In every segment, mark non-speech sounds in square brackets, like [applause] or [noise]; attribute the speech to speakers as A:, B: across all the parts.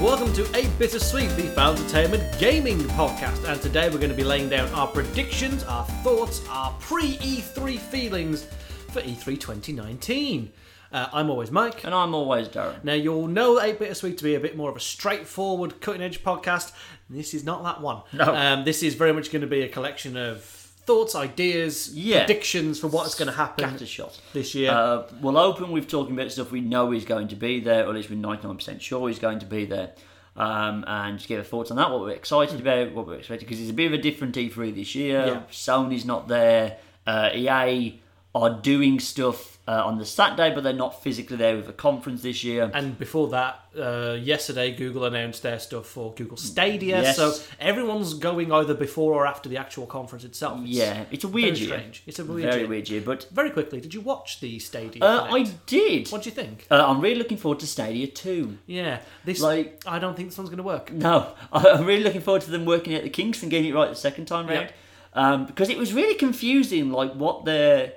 A: Welcome to A Bittersweet, the Found Entertainment Gaming Podcast. And today we're going to be laying down our predictions, our thoughts, our pre E3 feelings for E E3 2019. Uh, I'm always Mike.
B: And I'm always Darren.
A: Now, you'll know 8 Bittersweet to be a bit more of a straightforward, cutting edge podcast. This is not that one.
B: No.
A: Um, this is very much going to be a collection of thoughts, ideas,
B: Yeah.
A: predictions for what's going to happen
B: Scattershot.
A: this year.
B: Uh, we'll open with talking about stuff we know is going to be there, or at least we're 99% sure he's going to be there. Um, and just give our thoughts on that, what we're excited about, what we're expecting, because it's a bit of a different E3 this year.
A: Mm. Yeah.
B: Sony's not there. Uh, EA are doing stuff uh, on the Saturday, but they're not physically there with a conference this year.
A: And before that, uh, yesterday Google announced their stuff for Google Stadia.
B: Yes.
A: So everyone's going either before or after the actual conference itself. It's
B: yeah, it's a
A: very
B: weird year.
A: strange. It's a weird
B: Very
A: year.
B: weird year, but
A: Very quickly, did you watch the Stadia?
B: uh, I
A: Connect?
B: did.
A: What do you think?
B: Uh, I'm really looking forward to Stadia 2.
A: Yeah, this.
B: Like-
A: I don't think this one's going to work.
B: No, [laughs] I- I'm really looking forward to them working out the kinks and getting it right the second time
A: Yep.
B: round. Um, because it was really confusing, like what their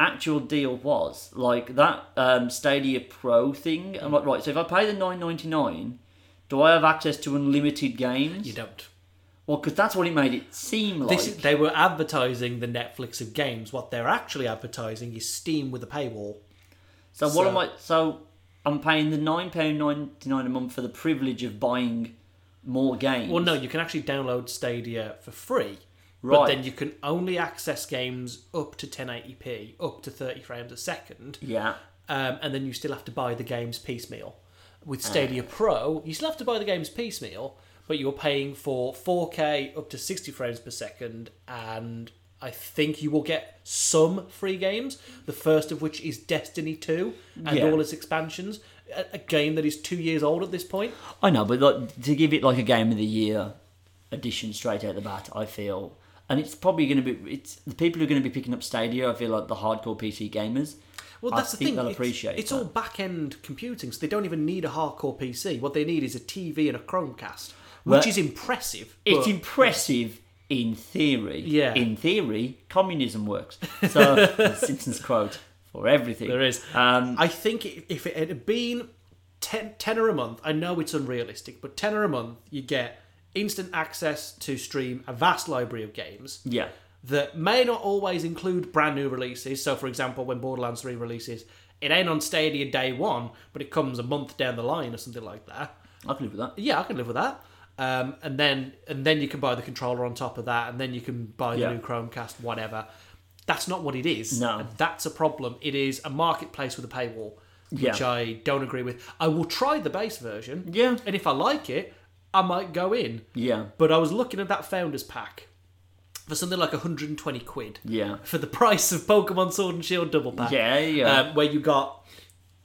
B: actual deal was, like that um, Stadia Pro thing. I'm like, right, so if I pay the 9.99, do I have access to unlimited games?
A: You don't.
B: Well, because that's what it made it seem like.
A: This is, they were advertising the Netflix of games. What they're actually advertising is Steam with a paywall.
B: so what
A: so-
B: am I? So I'm paying the nine pound ninety nine a month for the privilege of buying more games.
A: Well, no, you can actually download Stadia for free. But
B: Right.
A: then you can only access games up to 1080p, up to 30 frames a second.
B: Yeah.
A: um, and then you still have to buy the games piecemeal. With
B: Ah.
A: Stadia Pro, you still have to buy the games piecemeal, but you're paying for 4K up to 60 frames per second, and I think you will get some free games. The first of which is Destiny 2 and
B: Yeah.
A: all its expansions, a, a game that is two years old at this point.
B: I know, but like, to give it like a game of the year edition straight out the bat, I feel, and it's probably going to be it's the people who are going to be picking up Stadia. I feel like the hardcore PC gamers.
A: Well,
B: I
A: that's the
B: think
A: thing.
B: they'll
A: it's-
B: appreciate
A: It's
B: that.
A: all back end computing, so they don't even need a hardcore PC. What they need is a TV and a Chromecast, which
B: Well,
A: is impressive.
B: It's
A: but-
B: impressive in theory.
A: Yeah.
B: In theory,
A: [laughs]
B: communism works. So the Simpsons quote for everything.
A: There is.
B: Um,
A: I think i- if it had been 10, tenner a month, I know it's unrealistic, but tenner a month, you get instant access to stream a vast library of games
B: yeah.
A: that may not always include brand new releases. So, for example, when Borderlands 3 releases, it ain't on Stadia day one, but it comes a month down the line or something like that.
B: I can live with that.
A: Yeah, I can live with that. Um, and then and then you can buy the controller on top of that, and then you can buy the
B: Yeah.
A: new Chromecast, whatever. That's not what it is.
B: No.
A: And that's a problem. It is a marketplace with a paywall, which
B: Yeah.
A: I don't agree with. I will try the base version,
B: Yeah.
A: and if I like it, I might go in.
B: Yeah.
A: But I was looking at that founders pack for something like 120 quid
B: Yeah.
A: for the [laughs] price of Pokemon Sword and Shield double pack.
B: Yeah, yeah.
A: Um, where you got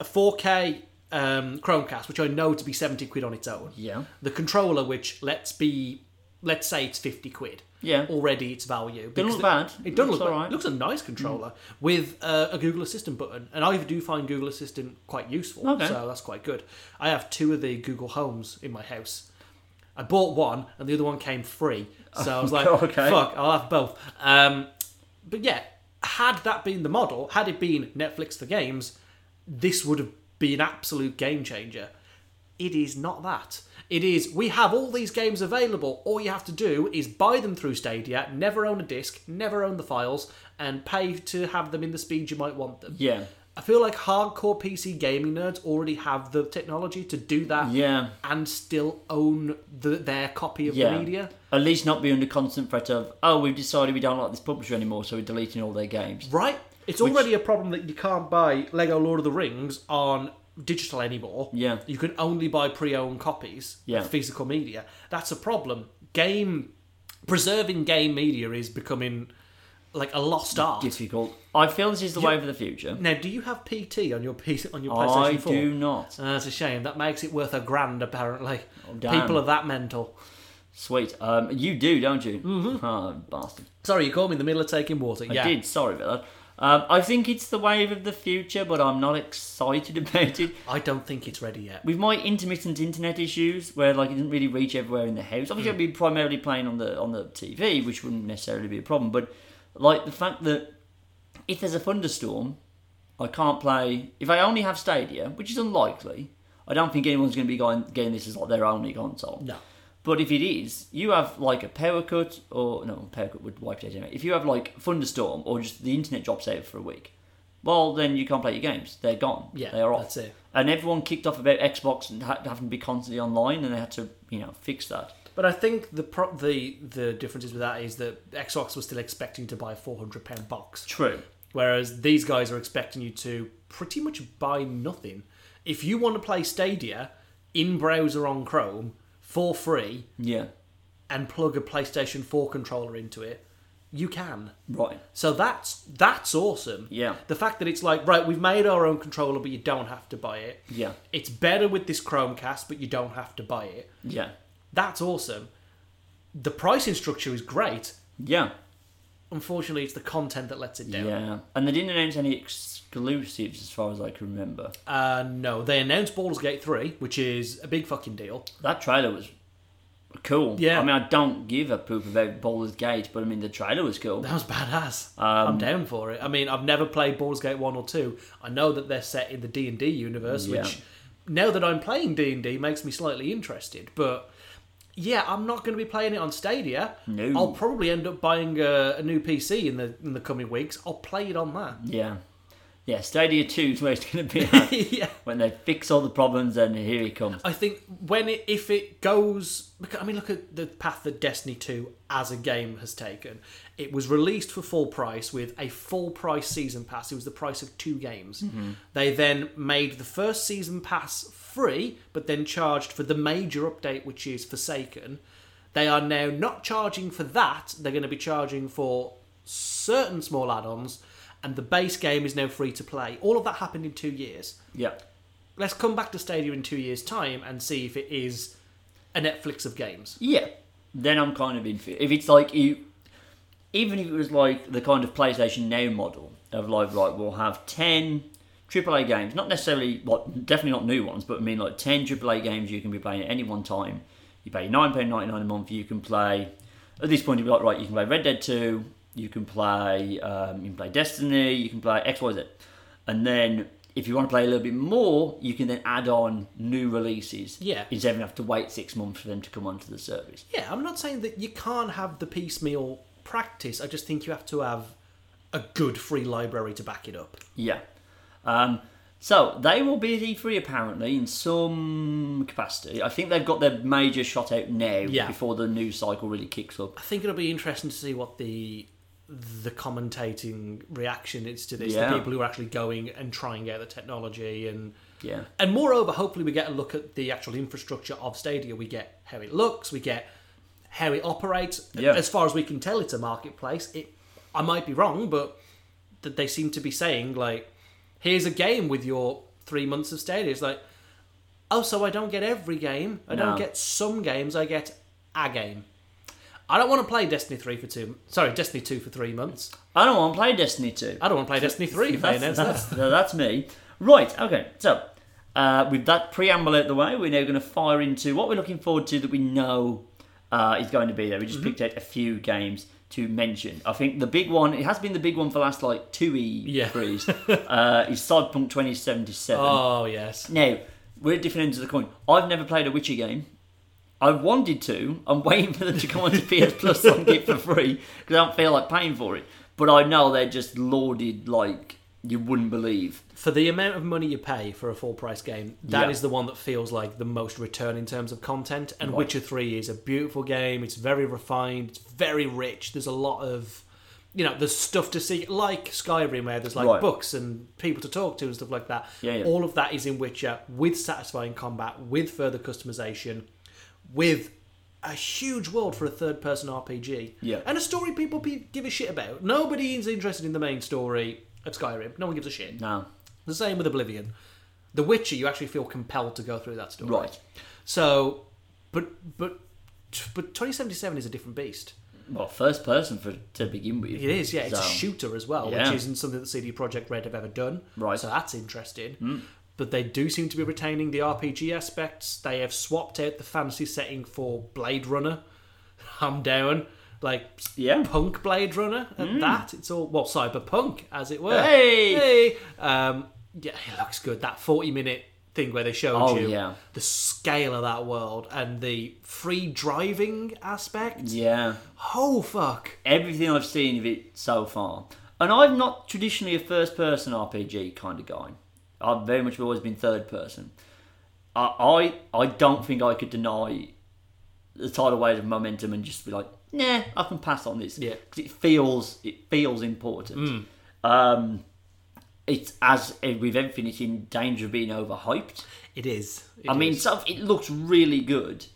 A: a 4K um, Chromecast, which I know to be 70 quid on its own.
B: Yeah.
A: The controller, which let's be, let's say it's 50 quid.
B: Yeah.
A: Already its value.
B: Doesn't
A: because
B: look bad.
A: It doesn't
B: Looks
A: look bad.
B: alright.
A: looks a nice
B: Mm.
A: controller with uh, a Google Assistant button. And I do find Google Assistant quite useful.
B: Okay.
A: So that's quite good. I have two of the Google Homes in my house. I bought one and the other one came free. So
B: [laughs]
A: I was like,
B: Okay.
A: fuck, I'll have both. Um, but yeah, had that been the model, had it been Netflix for games, this would have been an absolute game changer. It is not that. It is, we have all these games available. All you have to do is buy them through Stadia, never own a disc, never own the files, and pay to have them in the speed you might want them.
B: Yeah.
A: I feel like hardcore PC gaming nerds already have the technology to do that
B: Yeah.
A: and still own the, their copy of the media.
B: At least not be under constant threat of, oh, we've decided we don't like this publisher anymore, so we're deleting all their games.
A: Right? It's already a problem that you can't buy Lego Lord of the Rings on digital anymore.
B: Yeah.
A: You can only buy pre owned copies
B: Yeah.
A: of physical media. That's a problem. Game preserving game media is becoming like a lost art.
B: Difficult. I feel this is the way of the future.
A: Now, do you have PT on your P- on your PlayStation
B: I
A: 4?
B: do not.
A: Uh, that's a shame. That makes it worth a grand, apparently.
B: Oh, damn.
A: People are that mental.
B: Sweet. Um, you do, don't you? Mm-hmm. Oh, bastard.
A: Sorry, you caught me in the middle of taking water.
B: I
A: yeah.
B: did. Sorry about that. Um, I think it's the wave of the future, but I'm not excited [laughs] about it.
A: I don't think it's ready yet.
B: With my intermittent internet issues, where like it doesn't really reach everywhere in the house. Obviously,
A: Hmm.
B: I'd be primarily playing on the on the TV, which wouldn't necessarily be a problem. But like the fact that if there's a thunderstorm, I can't play. If I only have Stadia, which is unlikely, I don't think anyone's going to be going, getting this as like their only console.
A: No.
B: But if it is, you have like a power cut or no power cut would wipe it out anyway. If you have like thunderstorm or just the internet drops out for a week, well then you can't play your games. They're gone.
A: Yeah,
B: they are off.
A: that's it.
B: And everyone kicked off about Xbox and ha- having to be constantly online, and they had to you know fix that.
A: But I think the pro- the the differences with that is that Xbox was still expecting to buy a four hundred pound box,
B: True.
A: whereas these guys are expecting you to pretty much buy nothing. If you want to play Stadia in browser on Chrome for free
B: Yeah.
A: and plug a PlayStation Four controller into it, you can.
B: Right.
A: So that's that's awesome.
B: Yeah.
A: The fact that it's like right, we've made our own controller, but you don't have to buy it.
B: Yeah.
A: It's better with this Chromecast, but you don't have to buy it.
B: Yeah.
A: That's awesome. The pricing structure is great.
B: Yeah.
A: Unfortunately, it's the content that lets it down.
B: Yeah. And they didn't announce any exclusives as far as I can remember.
A: Uh, no, they announced Baldur's Gate 3, which is a big fucking deal. [laughs]
B: That trailer was cool.
A: Yeah.
B: I mean, I don't give a poop about Baldur's Gate, but I mean, the trailer was cool.
A: That was badass.
B: Um,
A: I'm down for it. I mean, I've never played Baldur's Gate 1 or 2. I know that they're set in the D&D universe,
B: Yeah.
A: which now that I'm playing D&D makes me slightly interested, but yeah, I'm not going to be playing it on Stadia.
B: No.
A: I'll probably end up buying a, a new PC in the in the coming weeks. I'll play it on that. [laughs]
B: Yeah. Yeah, Stadia 2 is where it's going to be at. [laughs]
A: yeah.
B: when they fix all the problems, and here it comes.
A: I think when it, if it goes, because, I mean, look at the path that Destiny Two as a game has taken. It was released for full price with a full price season pass. It was the price of two games. They then made the first season pass free, but then charged for the major update, which is Forsaken. They are now not charging for that. They're going to be charging for certain small add-ons, and the base game is now free to play. All of that happened in two years
B: Yeah.
A: let's come back to Stadia in two years' time and see if it is a Netflix of games.
B: Yeah. Then I'm kind of in fear. If it's like you. Even if it was like the kind of PlayStation Now model of like, right, we'll have 10 AAA games, not necessarily, well, definitely not new ones, but I mean like 10 AAA games you can be playing at any one time. You pay £9.99 a month, you can play. At this point, you'd be like, right, you can play Red Dead 2, you can play, um, you can play Destiny, you can play XYZ. And then if you want to play a little bit more, you can then add on new releases.
A: Yeah.
B: Instead of having to have to wait six months for them to come onto the service.
A: Yeah, I'm not saying that you can't have the piecemeal practice. I just think you have to have a good free library to back it up.
B: Yeah. Um, so they will be at E3 apparently in some capacity. I think they've got their major shot out now
A: Yeah.
B: before the news cycle really kicks up.
A: I think it'll be interesting to see what the the commentating reaction is to this.
B: Yeah.
A: The people who are actually going and trying out the technology and
B: Yeah.
A: and moreover, hopefully we get a look at the actual infrastructure of Stadia. We get how it looks. We get how it operates.
B: Yeah.
A: As far as we can tell, it's a marketplace. It, I might be wrong, but that they seem to be saying like, "Here's a game with your three months of Stadia." It's like, oh, so I don't get every game. I
B: No.
A: don't get some games. I get a game. I don't want to play Destiny three for two. Sorry, Destiny two for three months.
B: I don't want to play Destiny 2.
A: I don't
B: [laughs]
A: want to play Destiny three. If they announce
B: that's,
A: that.
B: that's, no, that's me. Right, okay. So, uh, with that preamble out the way, we're now going to fire into what we're looking forward to that we know uh, is going to be there. We just picked out a few games to mention. I think the big one, it has been the big one for the last like two E3s, uh, is Cyberpunk 2077.
A: Oh yes.
B: Now, we're at different ends of the coin. I've never played a Witcher game. I wanted to. I'm [laughs] waiting for them to come onto PS Plus so I can get it for free because I don't feel like paying for it. But I know they're just lauded like you wouldn't believe.
A: for the amount of money you pay for a full price game, that is
B: Yeah.
A: the one that feels like the most return in terms of content. And
B: Right.
A: Witcher 3 is a beautiful game. It's very refined, it's very rich. There's a lot of, you know, there's stuff to see, like Skyrim, where there's like
B: Right.
A: books and people to talk to and stuff like that.
B: Yeah, yeah.
A: All of that is in Witcher with satisfying combat, with further customization, with a huge world for a third person RPG.
B: Yeah.
A: And a story people pe- give a shit about. Nobody is interested in the main story of Skyrim. No one gives a shit.
B: No,
A: The same with Oblivion. The Witcher, you actually feel compelled to go through that story.
B: right?
A: So, but but but 2077 is a different beast.
B: Well, first person for to begin with.
A: It is, yeah. It's
B: So,
A: a shooter as well,
B: yeah.
A: which isn't something that CD Projekt Red have ever done.
B: Right. Hmm.
A: So that's interesting. But they do seem to be retaining the RPG aspects. They have swapped out the fantasy setting for Blade Runner. [laughs] I'm down. Like
B: Yeah. Hmm.
A: punk Blade Runner at that. It's all well cyberpunk as it were.
B: Hey!
A: Hey! Um, yeah, it looks good. That forty minute thing where they showed
B: Oh,
A: you
B: yeah.
A: the scale of that world and the free driving aspect.
B: Yeah.
A: Oh fuck!
B: Everything I've seen of it so far. And I'm not traditionally a first person RPG kind of guy. I've very much always been third person. I I, I don't think I could deny the tidal wave of momentum and just be like, nah, I can pass on this.
A: Yeah.
B: 'Cause it feels it feels important. Um it's as with everything, it's in danger of being overhyped.
A: It is. It
B: I mean,
A: is.
B: stuff it looks really good,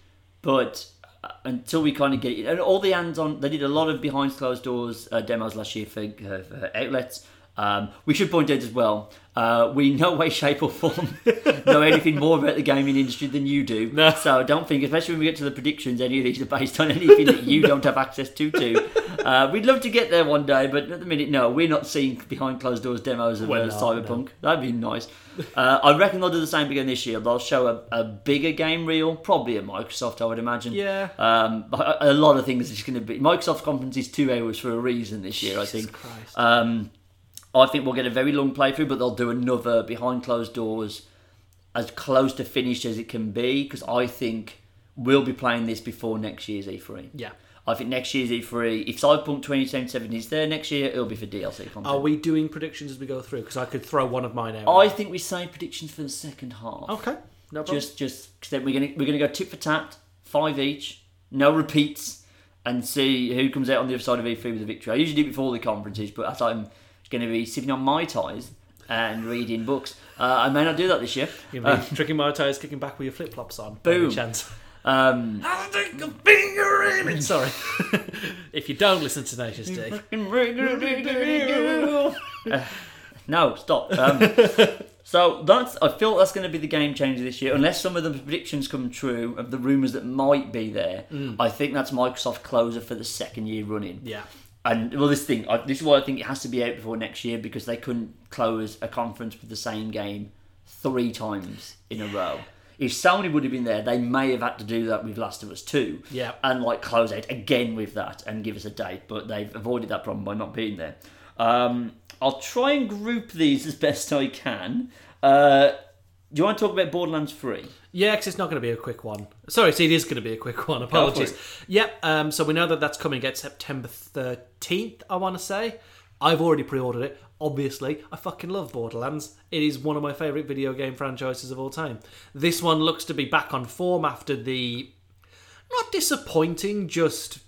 B: but uh, until we kind of get it, and all the hands on, they did a lot of behind closed doors uh, demos last year for, uh, for outlets. Um, we should point out as well, uh, we in no way, shape, or form [laughs] know anything more about the gaming industry than you do.
A: No.
B: So don't think, especially when we get to the predictions, any of these are based on anything that you don't have access to. Too. Uh, we'd love to get there one day, but at the minute, no, we're not seeing behind closed doors demos of
A: We're
B: uh,
A: not,
B: Cyberpunk. That'd be nice. Uh, I reckon they'll do the same again this year. They'll show a, a bigger game reel, probably at Microsoft, I would imagine.
A: Yeah.
B: Um, but a, a lot of things are just going to be. Microsoft conference is two hours for a reason this year, I think.
A: Christ.
B: Um, I think we'll get a very long playthrough, but they'll do another behind closed doors as close to finished as it can be because I think we'll be playing this before next year's E3.
A: yeah.
B: I think next year's E3, if Cyberpunk 2077 is there next year, it'll be for DLC content.
A: Are we doing predictions as we go through? Because I could throw one of mine out.
B: I think we save predictions for the second half.
A: okay. No problem.
B: Just, just 'cause then we're gonna we're gonna go tit for tat, five each, no repeats, and see who comes out on the other side of E3 with a victory. I usually do it before the conferences, but as I'm going to be sitting on my ties and reading books, uh, I may not do that this year.
A: You mean tricking my toes, kicking back with your flip flops on. by any
B: uh, Boom.
A: Chance.
B: Um,
A: I'll take a finger in it. Sorry. [laughs] if you don't listen to Tenacious D,
B: [laughs] Uh, [laughs] no, stop. Um, so that's I feel that's going to be the game changer this year, unless some of the predictions come true of the rumours that might be there. I think that's Microsoft closer for the second year running.
A: yeah,
B: And well, this thing I, this is why I think it has to be out before next year because they couldn't close a conference with the same game three times in a row. If Sony would have been there, they may have had to do that with Last of Us Two
A: yeah.
B: and like close out again with that and give us a date, but they've avoided that problem by not being there. Um, I'll try and group these as best I can. Uh, do you want to talk about Borderlands 3?
A: Yeah, because it's not going to be a quick one. Sorry, so it is going to be a quick one. Apologies. Yep. Um, so we know that that's coming at September thirteenth. I want to say I've already pre-ordered it. Obviously, I fucking love Borderlands. It is one of my favorite video game franchises of all time. This one looks to be back on form after the not disappointing, just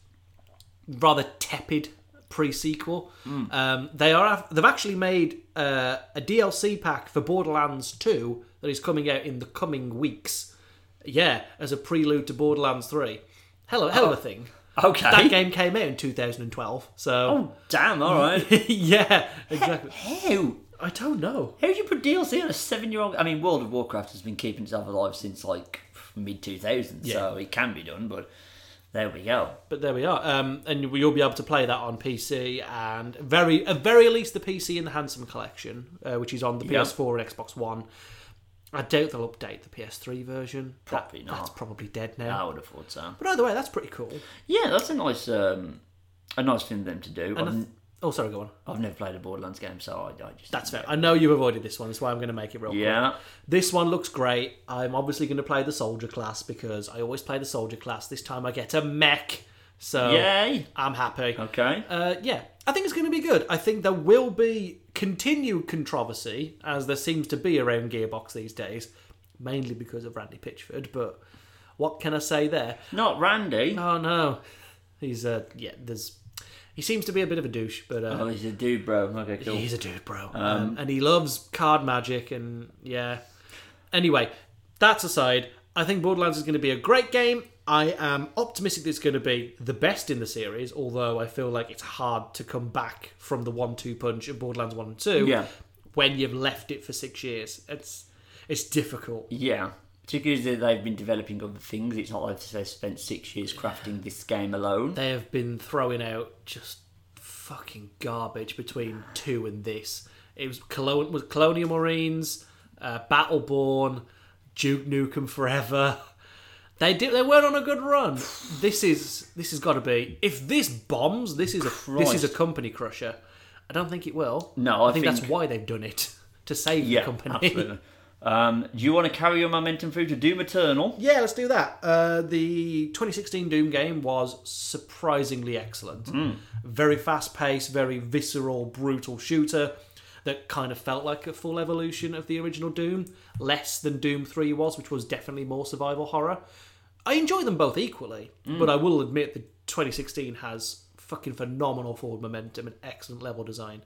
A: rather tepid pre-sequel. Um, they are they've actually made uh, a DLC pack for Borderlands 2 that is coming out in the coming weeks. Yeah, as a prelude to Borderlands 3. Hello, hell of a thing.
B: Okay.
A: That game came out in 2012, so
B: Oh, damn,
A: [laughs]
B: alright.
A: yeah, exactly.
B: How?
A: I don't know.
B: How do you put DLC on a seven year old? I mean, World of Warcraft has been keeping itself alive since like mid 2000s, so it can be done, but there we go.
A: But there we are, um, and you'll be able to play that on PC and very, at very least, the PC in the Handsome Collection, uh, which is on the
B: Yeah.
A: PS4 and Xbox One. I doubt they'll update the PS3 version. That-
B: Probably not.
A: That's probably dead now.
B: I would have thought so.
A: But either way, that's pretty cool.
B: Yeah, that's a nice um, a nice thing for them to do. I've,
A: Oh, sorry, go on.
B: I've never played a Borderlands game, so I, I just.
A: That's fair. I know you avoided this one. That's why I'm going to make it real quick.
B: [laughs] Yeah.
A: This one looks great. I'm obviously going to play the soldier class because I always play the soldier class. This time I get a mech, so
B: Yay.
A: I'm happy.
B: Okay.
A: Uh, yeah, I think it's going to be good. I think there will be continued controversy, as there seems to be around Gearbox these days, mainly because of Randy Pitchford. But what can I say there?
B: Not Randy.
A: Oh no, he's uh, yeah. There's he seems to be a bit of a douche, but uh,
B: Oh, he's a dude, bro. Okay, cool.
A: he's a dude, bro, um, and he loves card magic and yeah. Anyway, that's aside. I think Borderlands is going to be a great game. I am optimistic that it's going to be the best in the series, although I feel like it's hard to come back from the one-two punch of Borderlands One and Two
B: Yeah.
A: when you've left it for six years. It's it's difficult.
B: Yeah. Particularly as they've been developing other things. It's not like they've spent six years crafting this game alone.
A: They have been throwing out just fucking garbage between two and this. It was, Colo- was Colonial Marines, uh, Battleborn, Duke Nukem Forever. They did. They weren't on a good run. This is this has got to be. If this bombs, this is a this is a
B: Christ.
A: company crusher. I don't think it will.
B: No, I
A: think,
B: think-
A: that's why they've done it [laughs] to save
B: Yeah,
A: the company.
B: absolutely. Um, do you want to carry your momentum through to Doom Eternal?
A: Yeah, let's do that. Uh, the 2016 Doom game was surprisingly excellent. Very fast paced, very visceral, brutal shooter that kind of felt like a full evolution of the original Doom, less than Doom 3 was, which was definitely more survival horror. I enjoy them both equally, but I will admit that 2016 has fucking phenomenal forward momentum and excellent level design.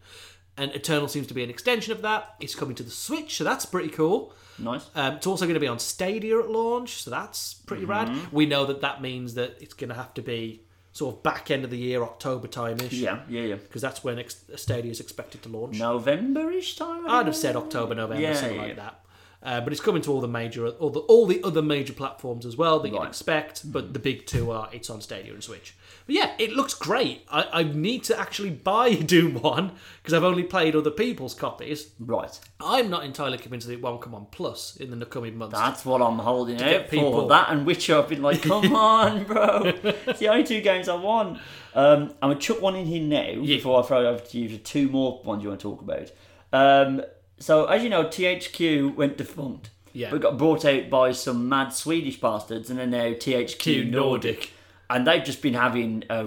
A: And Eternal seems to be an extension of that. It's coming to the Switch, so that's pretty cool.
B: Nice.
A: Um, it's also going to be on Stadia at launch, so that's pretty rad.
B: Mm-hmm.
A: We know that that means that it's going to have to be sort of back end of the year, October time ish,
B: Yeah, yeah, yeah.
A: because that's when ex- Stadia is expected to launch.
B: November-ish time.
A: I'd have said October, November,
B: Yeah,
A: something
B: yeah,
A: like
B: yeah.
A: that. Uh, but it's coming to all the major, all the, all the other major platforms as well that you'd
B: Right. Mm.
A: expect. But the big two are it's on Stadia and Switch. But yeah, it looks great. I, I need to actually [laughs] buy Doom One because I've only played other people's copies.
B: Right.
A: I'm not entirely convinced that it won't come on Plus in the coming months.
B: That's what I'm holding out
A: get
B: for.
A: people.
B: That and Witcher, I've
A: [laughs]
B: been like, come on, bro. It's the only two games I want. Um, I'm going to chuck one in here now before I throw it over to you for two more ones you want to talk about. Um, so, as you know, THQ went defunct.
A: Yeah.
B: But got brought out by some mad Swedish bastards and are now THQ
A: Q
B: Nordic.
A: Nordic.
B: And they've just been having a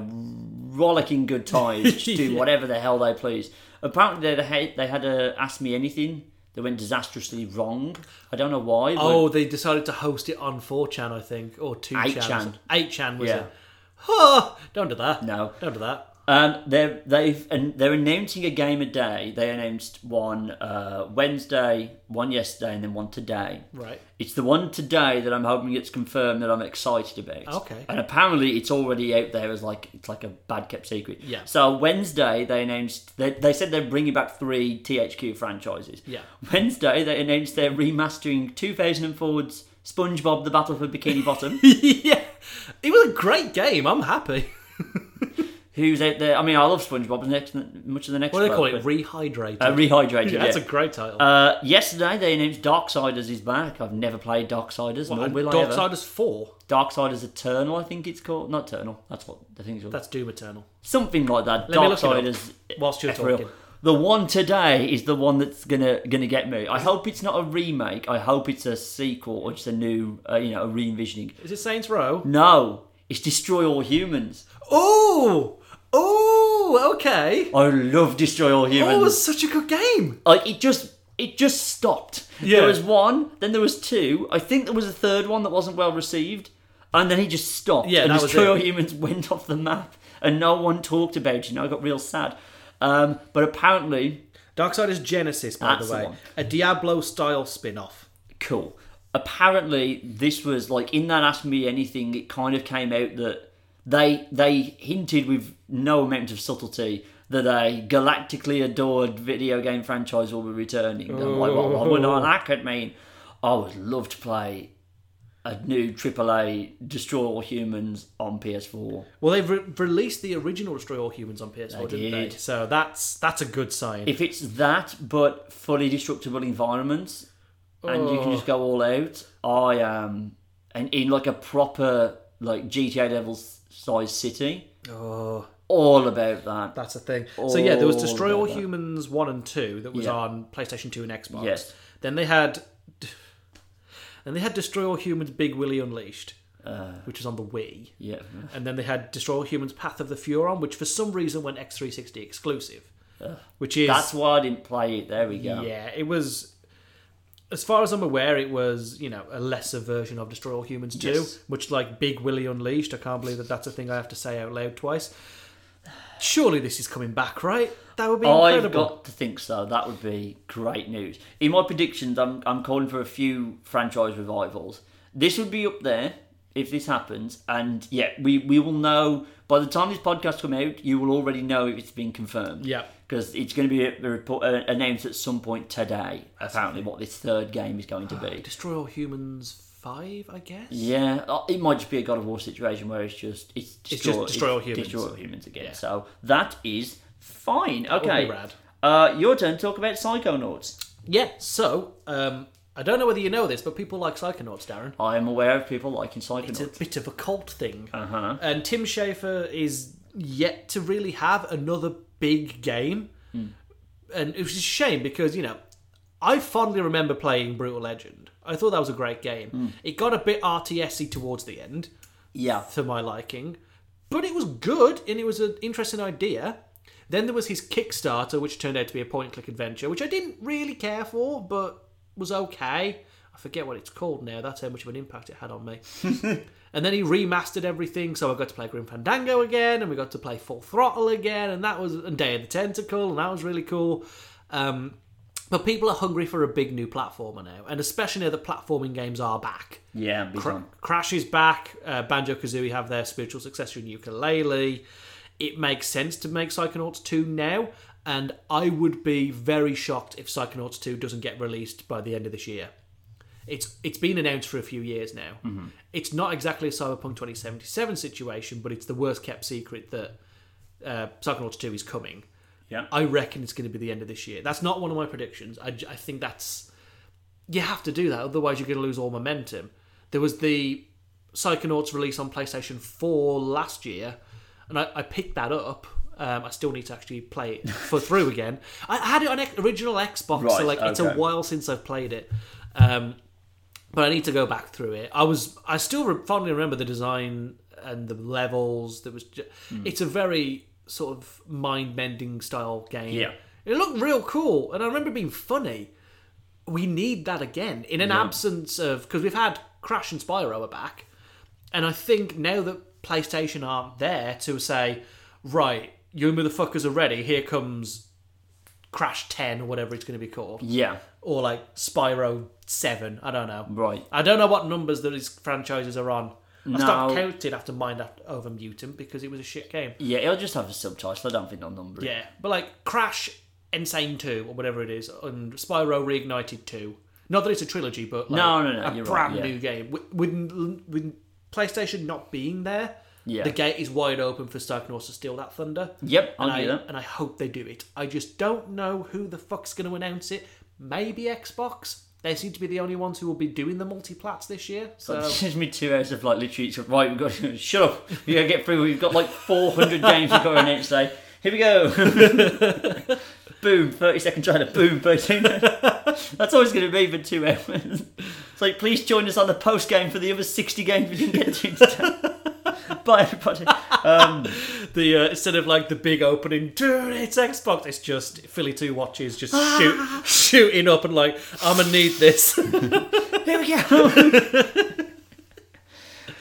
B: rollicking good
A: [laughs]
B: time, just doing
A: Yeah.
B: whatever the hell they please. Apparently, they had, they had a Ask Me Anything that went disastrously wrong. I don't know why. but-
A: Oh, they decided to host it on 4chan, I think, or 2chan.
B: 8chan.
A: 8chan, 8chan was
B: Yeah.
A: it? Huh, don't do that.
B: No.
A: Don't do that.
B: Um, they're they've and they're announcing a game a day. They announced one uh, Wednesday, one yesterday, and then one today. [laughs]
A: Right.
B: It's the one today that I'm hoping gets confirmed that I'm excited about.
A: Okay.
B: And apparently, it's already out there as like it's like a bad kept secret.
A: Yeah.
B: So Wednesday they announced they, they said they're bringing back three THQ franchises.
A: Yeah.
B: Wednesday they announced they're remastering 2004's SpongeBob: The Battle for Bikini Bottom.
A: [laughs] yeah. It was a great game. I'm happy.
B: who's out there? I mean, I love SpongeBob. and Next, much of the next.
A: What do they
B: bloke,
A: call
B: but-
A: it? Rehydrated.
B: Uh, rehydrated.
A: yeah,
B: Yeah,
A: that's a great title.
B: Uh, yesterday they announced Darksiders is back. I've never played Darksiders, nor
A: And
B: will I ever.
A: Darksiders 4.
B: Darksiders Eternal, I think it's called. Not Eternal. That's what the thing's called.
A: That's Doom Eternal.
B: Something like that.
A: Let me look it up
B: Darksiders.
A: whilst you're
B: F real.
A: talking.
B: The one today is the one that's gonna gonna get me. I hope it's not a remake. I hope it's a sequel or just a new, uh, you know, a re-envisioning.
A: Is it Saints Row?
B: No, it's Destroy All Humans.
A: Oh! Oh! Okay.
B: I love Destroy All Humans.
A: Oh, it was such a good game.
B: like it just it just stopped.
A: Yeah.
B: There was one, then there was two. I think there was a third one that wasn't well received, and then he just stopped.
A: Yeah,
B: and
A: that
B: his
A: was
B: Destroy
A: it.
B: All [laughs] humans went off the map, and no one talked about it. And I got real sad. Um, but apparently,
A: Darksiders Genesis, by the
B: That's the
A: way.
B: one.
A: a Diablo style spin off.
B: cool. Apparently, this was like in that Ask Me Anything. It kind of came out that they they hinted with no amount of subtlety that a galactically adored video game franchise will be returning. And I'm like, well, I wonder what that could mean. I would love to play a new AAA Destroy All Humans on PS4.
A: Well, they've re- released the original Destroy All Humans on PS4,
B: They
A: didn't
B: did.
A: they? So that's that's a good sign.
B: If it's that, but fully destructible environments, and you can just go all out, I am, and in like a proper like GTA level s- size city,
A: oh,
B: all about that.
A: that's a thing. so yeah, there was Destroy
B: All
A: All
B: about Oh, that.
A: Humans one and two that was
B: Yeah.
A: on PlayStation Two and Xbox.
B: Yes.
A: Then they had, then they had Destroy All Humans Big Willy Unleashed,
B: Uh.
A: which was on the Wii.
B: Yeah,
A: And then they had Destroy All Humans Path of the Furon, which for some reason went X360 exclusive. Which is
B: Uh. that's why I didn't play it. There we go.
A: Yeah, it was. As far as I'm aware, it was you know a lesser version of Destroy All Humans 2,
B: Yes.
A: much like Big Willy Unleashed. I can't believe that that's a thing I have to say out loud twice. Surely this is coming back, right? That would be
B: I've
A: incredible.
B: got to think so. That would be great news. In my predictions, I'm I'm calling for a few franchise revivals. This would be up there if this happens, and yeah, we we will know by the time this podcast come out. You will already know if it's been confirmed.
A: Yeah.
B: because it's going to be a, a report, uh, announced at some point today. Apparently, what this third game is going to be.
A: Destroy All Humans Five, I guess.
B: Yeah, uh, it might just be a God of War situation where it's just it's
A: just
B: destroy,
A: destroy all humans.
B: destroy all humans again.
A: Yeah.
B: So that is fine.
A: would
B: Okay,
A: be rad.
B: Uh, your turn to talk about Psychonauts.
A: Yeah. So um, I don't know whether you know this, but people like Psychonauts, Darren.
B: I am aware of people liking
A: It's a
B: Psychonauts.
A: bit of a cult thing.
B: Uh huh.
A: And Tim Schafer is yet to really have another big game. And it was a shame because, you know, I fondly remember playing Brutal Legend. I thought that was a great game. It got a bit RTS towards the end
B: Yeah.
A: to my liking, but it was good and it was an interesting idea. Then there was his Kickstarter, which turned out to be a point click adventure, which I didn't really care for, but was okay. I forget what it's called now. That's how much of an impact it had on me. and then he remastered everything, so I got to play Grim Fandango again, and we got to play Full Throttle again, and that was and Day of the Tentacle, and that was really cool. Um, but people are hungry for a big new platformer now, and especially now that platforming games are back.
B: Yeah, big
A: Cra-
B: time.
A: Crash is back. Uh, Banjo Kazooie have their spiritual successor in Ukulele. It makes sense to make Psychonauts 2 now, and I would be very shocked if Psychonauts 2 doesn't get released by the end of this year. It's it's been announced for a few years now. It's not exactly a Cyberpunk 2077 situation, but it's the worst kept secret that uh, Psychonauts 2 is coming.
B: Yeah.
A: I reckon it's going to be the end of this year. That's not one of my predictions. I, j- I think that's you have to do that, otherwise you're going to lose all momentum. There was the Psychonauts release on PlayStation Four last year, and I, I picked that up. Um, I still need to actually play it
B: [laughs]
A: for through again. I I had it on ex- original Xbox, so
B: Right,
A: like it's a
B: okay.
A: while since I've played it. Um, but I need to go back through it. I was I still re- fondly remember the design and the levels. That was ju-
B: Hmm.
A: it's a very sort of mind bending style game.
B: Yeah.
A: it looked real cool, and I remember it being funny. We need that again in an absence of because we've had Crash and Spyro are back, and I think now that PlayStation aren't there to say, right, you motherfuckers are ready. Here comes Crash Ten or whatever it's going to be called
B: Yeah.
A: or like Spyro Seven. I don't know.
B: Right.
A: I don't know what numbers that these franchises are on. I stopped
B: No.
A: counting after Mind Af- Over Mutant because it was a shit game.
B: Yeah, it'll just have a subtitle. I don't think they'll number it.
A: Yeah, but like Crash, Insane Two, or whatever it is, and Spyro Reignited Two. Not that it's a trilogy, but like
B: No, no, no,
A: a
B: you're right,
A: brand
B: yeah.
A: new game with, with with PlayStation not being there.
B: Yeah.
A: The gate is wide open for Psychonauts to steal that thunder.
B: Yep,
A: and
B: I'll
A: I,
B: do that.
A: and I hope they do it. I just don't know who the fuck's going to announce it. Maybe Xbox. They seem to be the only ones who will be doing the multi-plats this year. So
B: This gives me two hours of like literally. It's, right, we've got [laughs] to shut up. We gotta get through. We've got like 400 games we've got to announce today. Here we go. [laughs] boom, 30 second [laughs] trailer. Boom, 13. That's always going to be for two hours. It's like, please join us on the post game for the other 60 games we didn't get to today. [laughs] Bye, everybody. Um,
A: the uh, instead of like the big opening, dude, it's Xbox. It's just Philly Two watches just shoot, shooting up and like I'm gonna need this.
B: here we go. [laughs]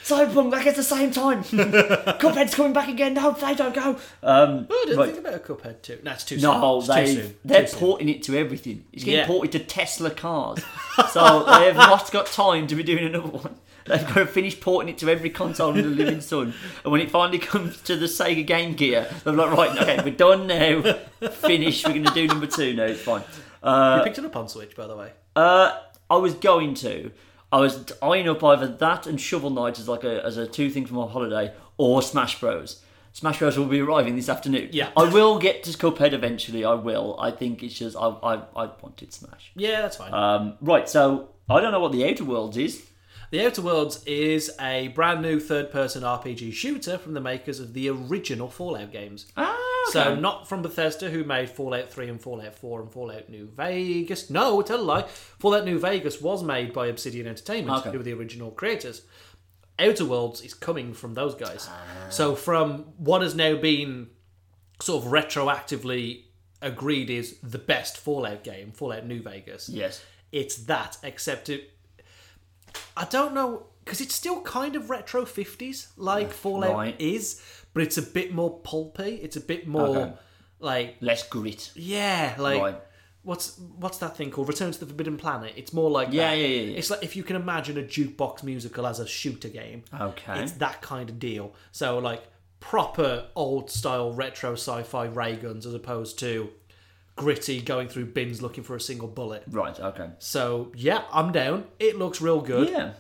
B: Cyberpunk back at the same time. [laughs] Cuphead's coming back again. No, they don't go. Um,
A: I didn't
B: right.
A: think about a Cuphead too. No, it's too soon.
B: No,
A: It's too
B: they
A: soon.
B: they're
A: Too soon.
B: porting it to everything. It's getting
A: Yeah.
B: ported to
A: [laughs]
B: Tesla cars, so they have not got time to be doing another one. They've got to finish porting it to every console in the living sun, and when it finally comes to the Sega Game Gear, they're like, right, okay, we're done now. Finish. We're going to do number two now. It's fine.
A: You picked it up on Switch, by the way.
B: Uh, I was going to. I was eyeing up either that and Shovel Knight as like a as a two thing for my holiday, or Smash Bros. Smash Bros. will be arriving this afternoon.
A: Yeah.
B: I will get to Cuphead eventually. I will. I think it's just I I, I wanted Smash.
A: Yeah, that's fine.
B: Um, right. So I don't know what the Outer Worlds is.
A: The Outer Worlds is a brand new third person RPG shooter from the makers of the original Fallout games.
B: Ah.
A: So, not from Bethesda, who made Fallout 3 and Fallout 4 and Fallout New Vegas. No, tell a lie. Fallout New Vegas was made by Obsidian Entertainment,
B: Okay.
A: who were the original creators. Outer Worlds is coming from those guys. So, from what has now been sort of retroactively agreed is the best Fallout game, Fallout New Vegas
B: Yes.
A: it's that except it i don't know because it's still kind of retro 50s like fallout
B: right.
A: is but it's a bit more pulpy it's a bit more
B: Okay.
A: like
B: Less grit.
A: yeah like
B: Right.
A: what's what's that thing called return to the forbidden planet it's more like
B: Yeah,
A: that.
B: yeah, yeah, yeah.
A: it's like if you can imagine a jukebox musical as a shooter game
B: Okay.
A: it's that kind of deal so like proper old style retro sci-fi ray guns as opposed to gritty going through bins looking for a single bullet
B: Right. Okay.
A: so yeah, I'm down. It looks real good.
B: Yeah.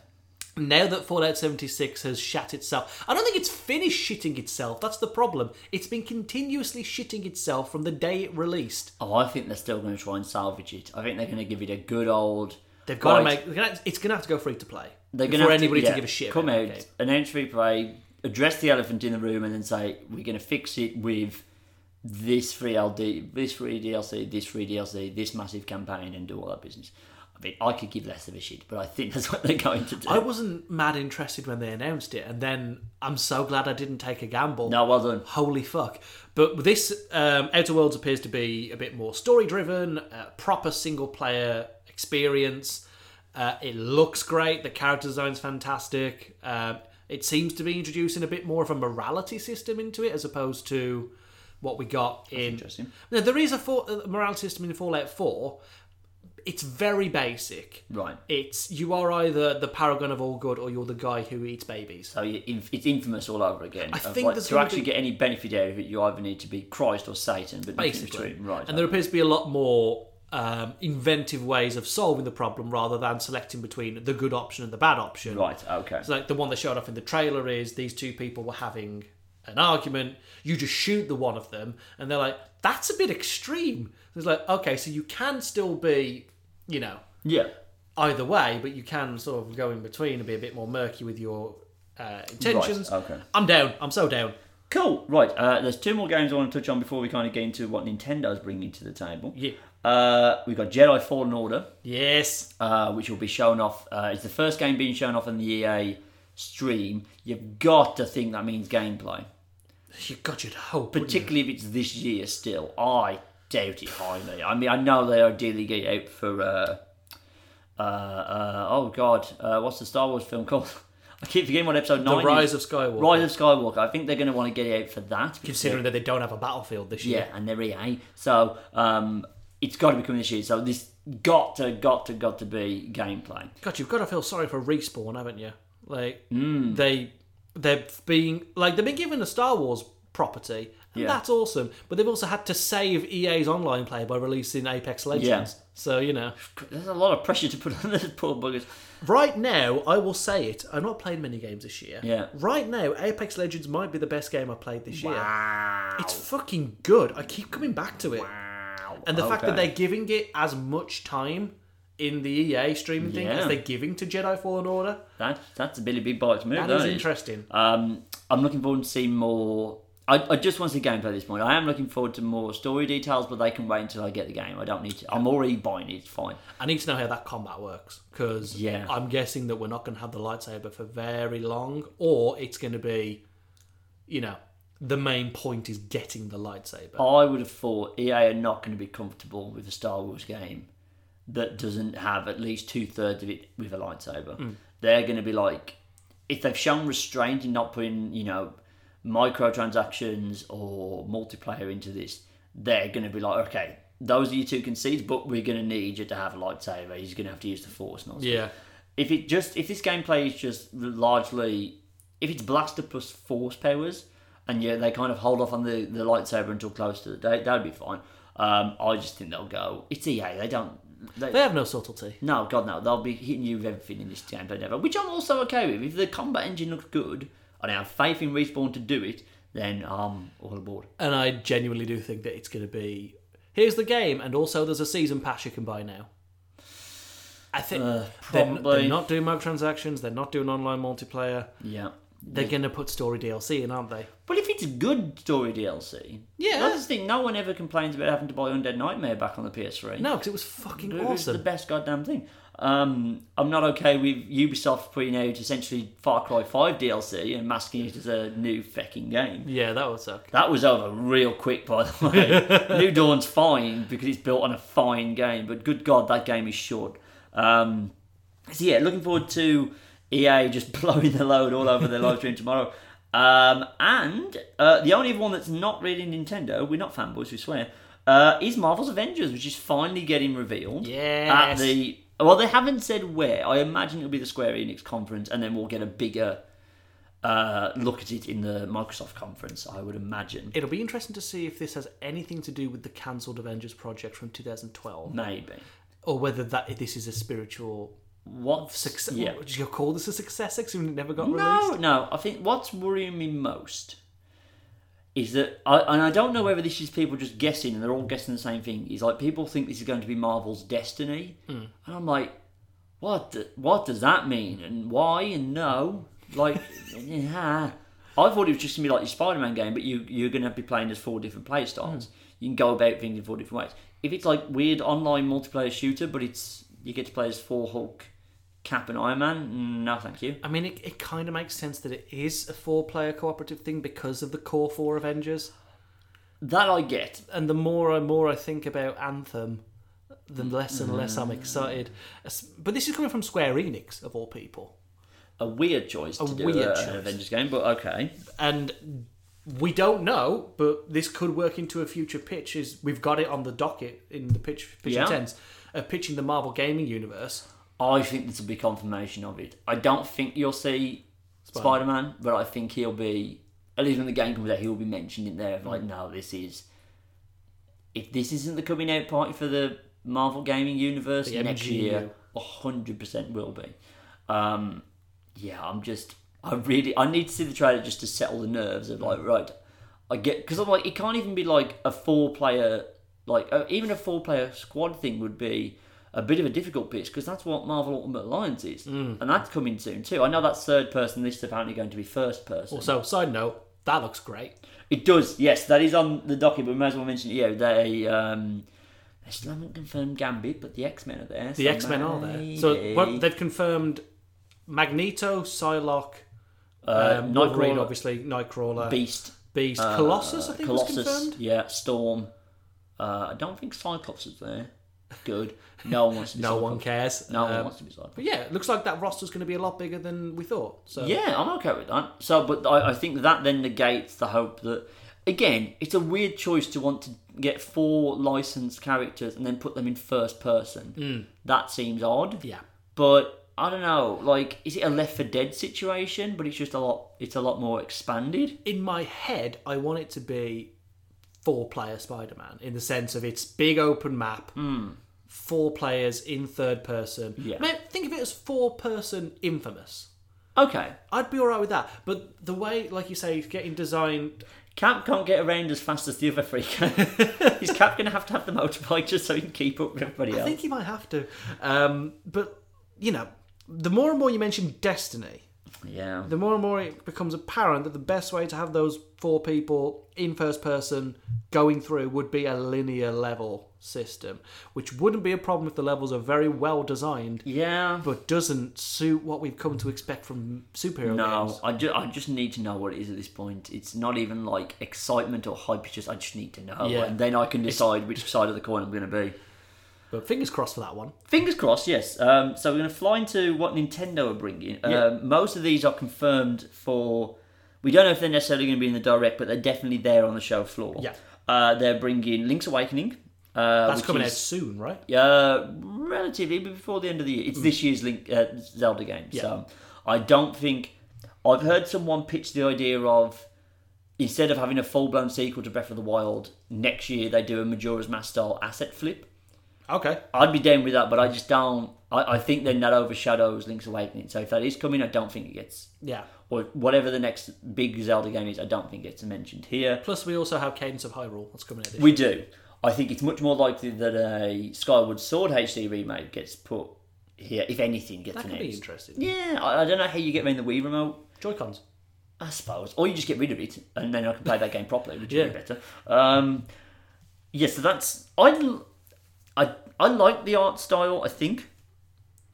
A: Now that Fallout 76 has shat itself, I don't think it's finished shitting itself. That's the problem. It's been continuously shitting itself from the day it released.
B: Oh, I think they're still going to try and salvage it. I think they're going to give it a good old.
A: They've got to
B: Right.
A: make. they're gonna- It's going to have to go free to play
B: They're gonna
A: for
B: have
A: anybody to,
B: yeah,
A: give a shit.
B: Come
A: about
B: out,
A: the game.
B: announce free play, address the elephant in the room, and then say we're going to fix it with this free LD, this free DLC, this free DLC, this massive campaign, and do all that business. I mean, I could give less of a shit, but I think [laughs] that's what they're going to do.
A: I wasn't mad interested when they announced it, and then I'm so glad I didn't take a gamble.
B: no, well done.
A: Holy fuck. But this um, Outer Worlds appears to be a bit more story driven, uh, proper single player experience. Uh, it looks great, the character design's fantastic. Um, it seems to be introducing a bit more of a morality system into it as opposed to what we got in.
B: Interesting.
A: Now, there is a for- a morality system in Fallout 4. It's very basic.
B: Right.
A: It's you are either the paragon of all good or you're the guy who eats babies.
B: So you- inf- it's infamous all over again.
A: I
B: Of,
A: think
B: like,
A: there's
B: to
A: gonna
B: actually
A: be-
B: get any benefit out of it, you either need to be Christ or Satan, but nothing
A: basically.
B: between. Right.
A: And there appears to be a lot more um, inventive ways of solving the problem rather than selecting between the good option and the bad option.
B: right. Okay.
A: So like the one that showed off in the trailer is these two people were having an argument. You just shoot the one of them, and they're like, "That's a bit extreme." It's like, okay, so you can still be, you know,
B: yeah.
A: either way, but you can sort of go in between and be a bit more murky with your uh, intentions.
B: Right, okay.
A: I'm down. I'm so down.
B: Cool. Right. Uh, there's two more games I want to touch on before we kind of get into what Nintendo's bringing to the table.
A: Yeah.
B: Uh, we've got Jedi Fallen Order,
A: Yes.
B: uh, which will be shown off. Uh, it's the first game being shown off on the EA stream. You've got to think that means gameplay,
A: You got your hope. wouldn't you?
B: particularly if it's this year still. I doubt it highly. I mean, I know they ideally get out for. Uh, uh, uh, oh God, uh, what's the Star Wars film called? [laughs] I keep forgetting what episode nine.
A: The Rise
B: is.
A: of Skywalker.
B: Rise of Skywalker. I think they're going to want to get it out for that. because
A: considering that they don't have a battlefield this year.
B: Yeah, and they're EA. So um, it's got to be coming this year. So this got to, got to, got to be gameplay.
A: God, you've got to feel sorry for Respawn, haven't you? Like
B: Mm.
A: they they've been like they've been given a Star Wars property, and
B: Yeah.
A: that's awesome. But they've also had to save EA's online play by releasing Apex Legends.
B: Yeah.
A: So you know,
B: There's a lot of pressure to put [laughs] on those poor buggers.
A: right now I will say it. I'm not playing many games this year.
B: Yeah.
A: Right now, Apex Legends might be the best game I played this year.
B: Wow.
A: It's fucking good. I keep coming back to it. And the fact that they're giving it as much time in the EA streaming thing
B: Yeah.
A: as they're giving to Jedi Fallen Order,
B: that, that's a Billy Big Bites move.
A: that
B: that
A: is
B: is.
A: interesting.
B: Um, I'm looking forward to seeing more. I, I just want to see gameplay at this point. I am looking forward to more story details, but they can wait until I get the game. I don't need to. I'm already buying it. It's fine.
A: I need to know how that combat works because
B: Yeah.
A: I'm guessing that we're not going to have the lightsaber for very long, or it's going to be, you know, the main point is getting the lightsaber.
B: I would have thought EA are not going to be comfortable with a Star Wars game that doesn't have at least two thirds of it with a lightsaber. They're going to be like, if they've shown restraint in not putting, you know, microtransactions or multiplayer into this, they're going to be like, okay, those are your two concedes, but we're going to need you to have a lightsaber. He's going to have to use the force. and all that
A: Yeah,
B: if it just if this gameplay is just largely if it's blaster plus force powers and yeah they kind of hold off on the, the lightsaber until close to the date that'd be fine um, I just think they'll go it's EA they don't they,
A: they have no subtlety.
B: no god no they'll be hitting you with everything in this gameplay never which I'm also okay with if the combat engine looks good and I have faith in Respawn to do it then I'm all aboard
A: And I genuinely do think that it's going to be here's the game, and also there's a season pass you can buy now. I think Uh, they're, n-
B: probably.
A: they're not doing microtransactions, they're not doing online multiplayer.
B: yeah
A: They're going to put story DLC in, aren't they?
B: But if it's good story DLC,
A: Yeah.
B: that's the thing. No one ever complains about having to buy Undead Nightmare back on the PS3.
A: No, because it was fucking
B: It was the
A: awesome.
B: best goddamn thing. Um, I'm not okay with Ubisoft putting out essentially Far Cry 5 DLC and masking it as a new fucking game.
A: Yeah, that would suck.
B: That was over real quick, by the way. new Dawn's fine because it's built on a fine game, but good God, that game is short. Um, so yeah, looking forward to EA just [laughs] blowing the load all over their live stream tomorrow. Um, and uh, the only one that's not really Nintendo, we're not fanboys, we swear, uh, is Marvel's Avengers, which is finally getting revealed. At
A: Yes.
B: the well, they haven't said where. I imagine it'll be the Square Enix conference, and then we'll get a bigger uh, look at it in the Microsoft conference. I would imagine
A: It'll be interesting to see if this has anything to do with the cancelled Avengers project from 2012,
B: maybe
A: or whether that this is a spiritual
B: what
A: success.
B: Yeah.
A: Would you call this a success? Section it never got
B: No,
A: released.
B: no. I think what's worrying me most is that, I, and I don't know whether this is people just guessing, and they're all guessing the same thing. Is like people think this is going to be Marvel's Destiny, and I'm like, what? The, what does that mean? And why? And no, like, [laughs] yeah. I thought it was just gonna be like your Spider-Man game, but you you're gonna be playing as four different play styles. You can go about things in four different ways. If it's like weird online multiplayer shooter, but it's you get to play as four Hulk, Cap, and Iron Man, mm, no, thank you.
A: I mean, it, it kind of makes sense that it is a four player cooperative thing because of the core four Avengers.
B: That I get.
A: And the more and more I think about Anthem, the less and less I'm excited. As- But this is coming from Square Enix, of all people.
B: A weird choice to do
A: weird
B: a-
A: choice.
B: an Avengers game, but okay.
A: And we don't know, but this could work into a future pitch. Is we've got it on the docket in the pitch pitch
B: Yeah.
A: intents, uh, pitching the Marvel gaming universe.
B: I think this will be confirmation of it. I don't think you'll see Spider Man, but I think he'll be at least when the game comes out, he'll be mentioned in there. of
A: Mm.
B: Like, no, this is if this isn't the coming out party for the Marvel gaming universe
A: The
B: next
A: MGU.
B: year, hundred percent will be. Um, yeah, I'm just I really I need to see the trailer just to settle the nerves of like right. I get because I'm like it can't even be like a four player like uh, even a four player squad thing would be a bit of a difficult pitch because that's what Marvel Ultimate Alliance is
A: Mm.
B: and that's coming soon too. I know that's third person. This is apparently going to be first person.
A: Also, side note, that looks great.
B: It does, yes. That is on the docket, but we may as well mention it. Yeah, they um, they still haven't confirmed Gambit, but the X Men are there.
A: The X Men are there, so well, they've confirmed Magneto, Psylocke,
B: Uh,
A: um,
B: Nightcrawler,
A: Wolverine, obviously, Nightcrawler,
B: Beast,
A: Beast,
B: uh,
A: Colossus. I think
B: Colossus,
A: was confirmed.
B: yeah, Storm. Uh, I don't think Cyclops is there. Good. No one wants to. Be
A: No
B: Cyclops.
A: one cares.
B: No one
A: Um,
B: wants to be Cyclops.
A: But yeah, it looks like that roster's going to be a lot bigger than we thought. So
B: Yeah, I'm okay with that. So, but I, I think that then negates the hope that, again, it's a weird choice to want to get four licensed characters and then put them in first person.
A: Hmm.
B: That seems odd.
A: Yeah.
B: But I don't know. Like, is it a Left for Dead situation? But it's just a lot. It's a lot more expanded.
A: in my head, I want it to be four player Spider Man in the sense of it's big open map, four players in third person.
B: Hmm. Yeah.
A: Mate, think of it as four person Infamous.
B: Okay.
A: I'd be alright with that, but the way, like you say, it's getting designed.
B: Cap can't get around as fast as the other three can. [laughs] is Cap gonna have to have the motorbike just so he can keep up with everybody else?
A: I think you might have to, um, but you know, the more and more you mention Destiny,
B: yeah.
A: the more and more it becomes apparent that the best way to have those four people in first person going through would be a linear level system, which wouldn't be a problem if the levels are very well designed,
B: yeah.
A: but doesn't suit what we've come to expect from superhero
B: No,
A: games.
B: I, ju- I just need to know what it is at this point. It's not even like excitement or hype. It's just I just need to know,
A: Yeah.
B: and then I can decide which side of the coin I'm going to be.
A: But fingers crossed for that one.
B: Fingers crossed. Yes. Um, so we're going to fly into what Nintendo are bringing. Um,
A: Yeah.
B: Most of these are confirmed for. We don't know if they're necessarily going to be in the direct, but they're definitely there on the show floor.
A: Yeah.
B: Uh, they're bringing Link's Awakening. Uh,
A: That's
B: which
A: coming
B: is-
A: out soon, right?
B: uh, relatively before the end of the year. It's this year's Link, uh, Zelda game. So I don't think I've heard someone pitch the idea of instead of having a full blown sequel to Breath of the Wild next year, they do a Majora's Mask style asset flip.
A: Okay.
B: I'd be down with that, but I just don't. I, I think then that overshadows Link's Awakening. So if that is coming, I don't think it gets
A: Yeah.
B: or whatever the next big Zelda game is. I don't think it gets mentioned here.
A: Plus, we also have Cadence of Hyrule. That's coming out this
B: We do. I think it's much more likely that a Skyward Sword HD remake gets put here, if anything gets
A: That could
B: announced.
A: be interesting.
B: Yeah, I, I don't know how you get around the Wii remote.
A: Joy Cons.
B: I suppose, or you just get rid of it, and then I can play that game properly, which
A: Yeah.
B: would be better. Um, yeah, so that's I, l- I, I like the art style, I think,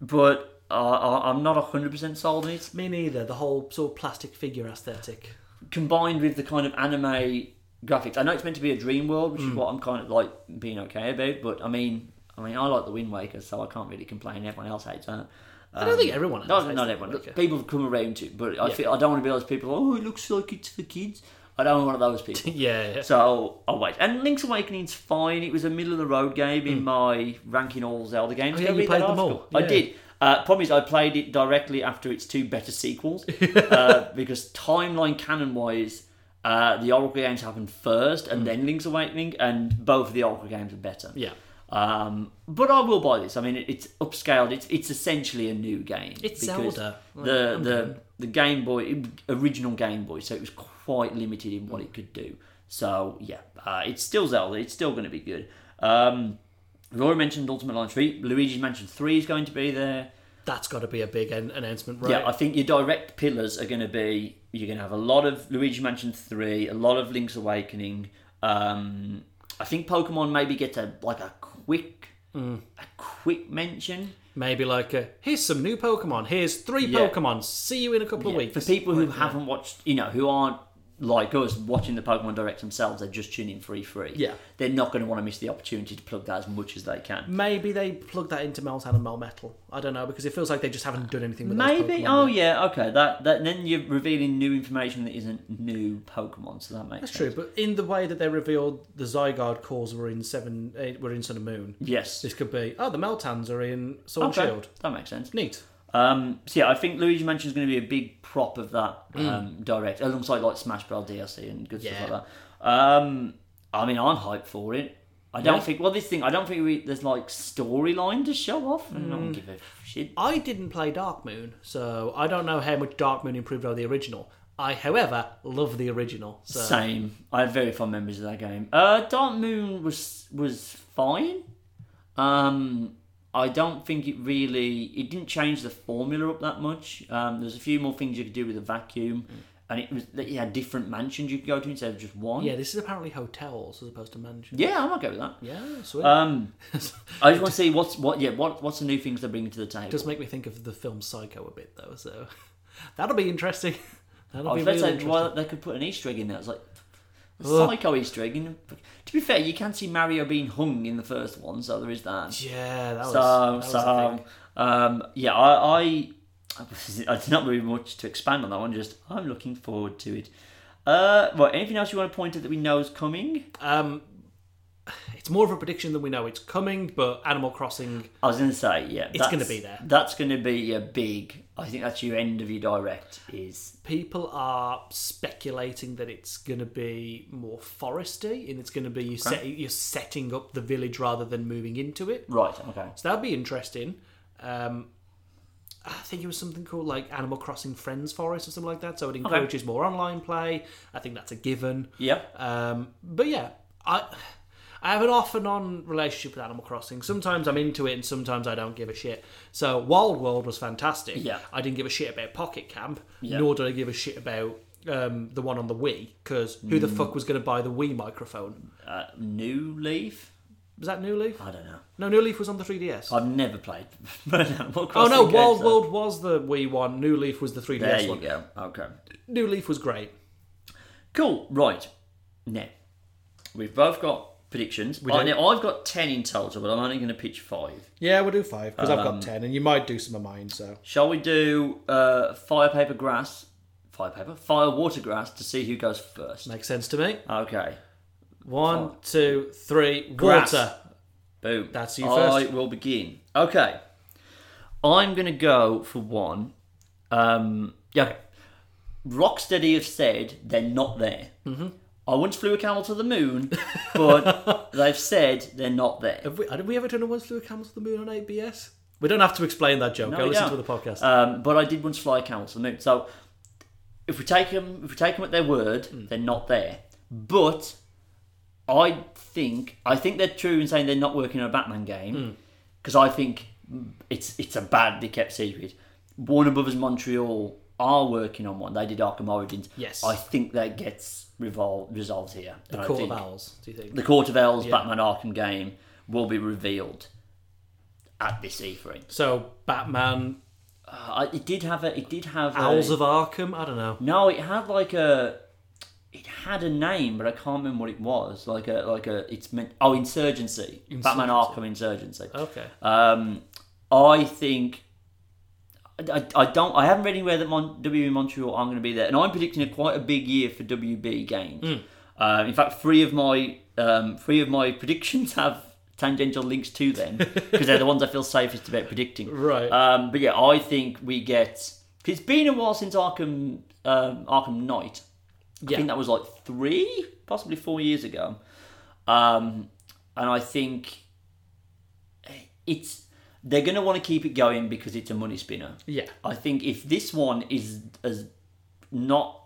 B: but uh, I, I'm not hundred percent sold on it.
A: Me neither. The whole sort of plastic figure aesthetic.
B: combined with the kind of anime graphics. I know it's meant to be a dream world, which is what I'm kind of like being okay about. But I mean, I mean, I like the Wind Waker, so I can't really complain. Everyone else hates that.
A: I don't think everyone.
B: No,
A: has that.
B: Um, not everyone.
A: Okay.
B: People have come around to, it, but I feel I don't want to be those people. Oh, it looks like it's for kids. I don't want one of those people.
A: Yeah. yeah.
B: So I'll wait. And Link's Awakening's fine. It was a middle of the road game in my ranking all Zelda games.
A: Hmm. Oh, yeah,
B: Did
A: you
B: read
A: played
B: that
A: them all.
B: article? I
A: Yeah.
B: did. Uh, problem is, I played it directly after its two better
A: [laughs]
B: sequels uh, because timeline canon wise, uh, the Oracle games happened first and then Link's Awakening, and both of the Oracle games are better.
A: Hmm. Yeah.
B: Um, but I will buy this. I mean, it, it's upscaled. It's it's essentially a new game.
A: It's
B: because
A: Zelda. Like,
B: The
A: I'm
B: the the Game Boy original Game Boy, so it was quite limited in what it could do. So yeah, uh, it's still Zelda. It's still going to be good. Um, Laura mentioned Ultimate Line Three. Luigi's Mansion Three is going to be there.
A: that's got to be a big an- announcement, right?
B: Yeah, I think your direct pillars are going to be you're going to have a lot of Luigi Mansion three, a lot of Link's Awakening. Um, I think Pokemon maybe gets a like a quick,
A: Mm.
B: a quick mention
A: Maybe like, uh here's some new Pokemon. Here's three
B: Yeah.
A: Pokemon. See you in a couple of weeks.
B: for people who haven't watched. You know, who aren't like us watching the Pokemon Direct themselves. They're just tuning free free.
A: Yeah.
B: they're not going to want to miss the opportunity to plug that as much as they can.
A: Maybe they plug that into Meltan and Melmetal. I don't know because it feels like they just haven't done anything with those
B: Maybe.
A: Pokemon
B: Oh
A: yet.
B: yeah. Okay. That that then you're revealing new information that isn't new Pokemon. So that makes
A: that's
B: sense.
A: true. But in the way that they revealed the Zygarde cores were in seven, eh, were in Sun and Moon.
B: Yes.
A: This could be oh the Meltans are in Sword and
B: Okay,
A: Shield.
B: That makes sense.
A: Neat.
B: Um, so yeah, I think Luigi Mansion is going to be a big prop of that um, direct, alongside like Smash Bros DLC and good
A: Mm. Yeah.
B: stuff like that. Um, I mean, I'm hyped for it. I don't
A: Yeah.
B: think well, this thing I don't think we, there's like storyline to show off, and I
A: Mm.
B: don't give a shit.
A: I didn't play Dark Moon, so I don't know how much Dark Moon improved over the original. I, however, love the original. So
B: Same. I have very fond memories of that game. Uh, Dark Moon was was fine. Um, I don't think it really. It didn't change the formula up that much. Um, there's a few more things you could do with a vacuum,
A: Mm.
B: and it was that you had different mansions you could go to instead of just one.
A: yeah, this is apparently hotels as opposed to mansions.
B: Yeah, I'm okay with that.
A: Yeah, sweet. [laughs]
B: Um, I just want to see what's what. Yeah, what what's the new things they're bringing to the table?
A: does make me think of the film Psycho a bit though. So [laughs] that'll be interesting. [laughs] That'll
B: I
A: be
B: was about to
A: really
B: say,
A: interesting.
B: why Oh, they could put an Easter egg in there. It's like a
A: Ugh.
B: psycho Easter egg. In, to be fair, you can see Mario being hung in the first one, so there is that.
A: Yeah, that was,
B: So,
A: that was the
B: so
A: thing.
B: um, yeah, I, I, it's not really much to expand on that one. Just I'm looking forward to it. Uh, well, anything else you want to point at that we know is coming?
A: Um, it's more of a prediction than we know. It's coming, but Animal Crossing.
B: I was going to say, yeah, that's-
A: gonna be there.
B: That's going to be a big. I think that's your end of your direct is
A: People are speculating that it's going to be more foresty, and it's going to be you set, you're setting up the village rather than moving into it.
B: right. Okay.
A: So that'd be interesting. Um, I think it was something called like Animal Crossing Friends Forest or something like that. So it encourages more online play. I think that's a given.
B: Yeah.
A: Um, but yeah, I I have an off and on relationship with Animal Crossing. Sometimes I'm into it, and sometimes I don't give a shit. So Wild World was fantastic.
B: Yeah.
A: I didn't give a shit about Pocket Camp,
B: Yeah.
A: nor did I give a shit about um, the one on the Wii because who
B: Mm.
A: the fuck was going to buy the Wii microphone?
B: Uh, New Leaf.
A: Was that New Leaf?
B: I don't know.
A: No, New Leaf was on the 3DS.
B: I've never played. [laughs] Animal
A: Oh
B: Crossing
A: no,
B: games,
A: Wild
B: so-
A: World was the Wii one. New Leaf was the 3DS
B: There you
A: one.
B: go. Okay.
A: New Leaf was great.
B: Cool. Right. Now, we've both got predictions. Right,
A: do.
B: now, I've got 10 in total, but I'm only going to pitch five.
A: Yeah, we'll do five because
B: Um,
A: I've got ten, and you might do some of mine. So
B: Shall we do uh, fire, paper, grass? Fire, paper? Fire, water, grass to see who goes first.
A: makes sense to me.
B: Okay.
A: One, two, three.
B: Grass.
A: Water.
B: Boom.
A: That's you
B: I
A: first.
B: will begin. Okay. I'm going to go for one. Um, yeah. okay. Rocksteady have said they're not there. Mm-hmm. I once flew a camel to the moon,
A: [laughs]
B: but they've said they're not there.
A: Have we, have we ever done a once flew a camel to the moon on ABS? We don't have to explain that joke. Go
B: we
A: listen
B: don't.
A: to the podcast.
B: Um, but I did once fly a camel to the moon. So if we take them, if we take them at their word,
A: Hmm.
B: they're not there. But I think I think they're true in saying they're not working on a Batman
A: Hmm.
B: game because I think it's it's a badly kept secret. Warner Brothers Montreal are working on one. They did Arkham Origins.
A: Yes.
B: I think that gets revolved, resolved here.
A: the
B: And I
A: Court
B: think-
A: of Owls. Do you think?
B: the Court of Owls Batman Arkham game will be revealed at this E3.
A: so Batman,
B: Uh, it did have a. It did have
A: Owls
B: a,
A: of Arkham. I don't know.
B: No, it had like a. It had a name, but I can't remember what it was. Like a like a. It's meant. Oh, Insurgency. Batman Arkham Insurgency.
A: Okay.
B: Um, I think. I, I- I don't. I haven't read anywhere that Mon- WB Montreal aren't going to be there, and I'm predicting a quite a big year for WB games. Uh, in fact, three of my um, three of my [laughs] predictions have tangential links to them because they're the ones I feel safest about predicting.
A: Right.
B: Um, but yeah, I think we get. It's been a while since Arkham um, Arkham Knight. I
A: Yeah.
B: think that was like three, possibly four years ago. Um, and I think it's they're going to want to keep it going because it's a money spinner.
A: Yeah.
B: I think if this one is as not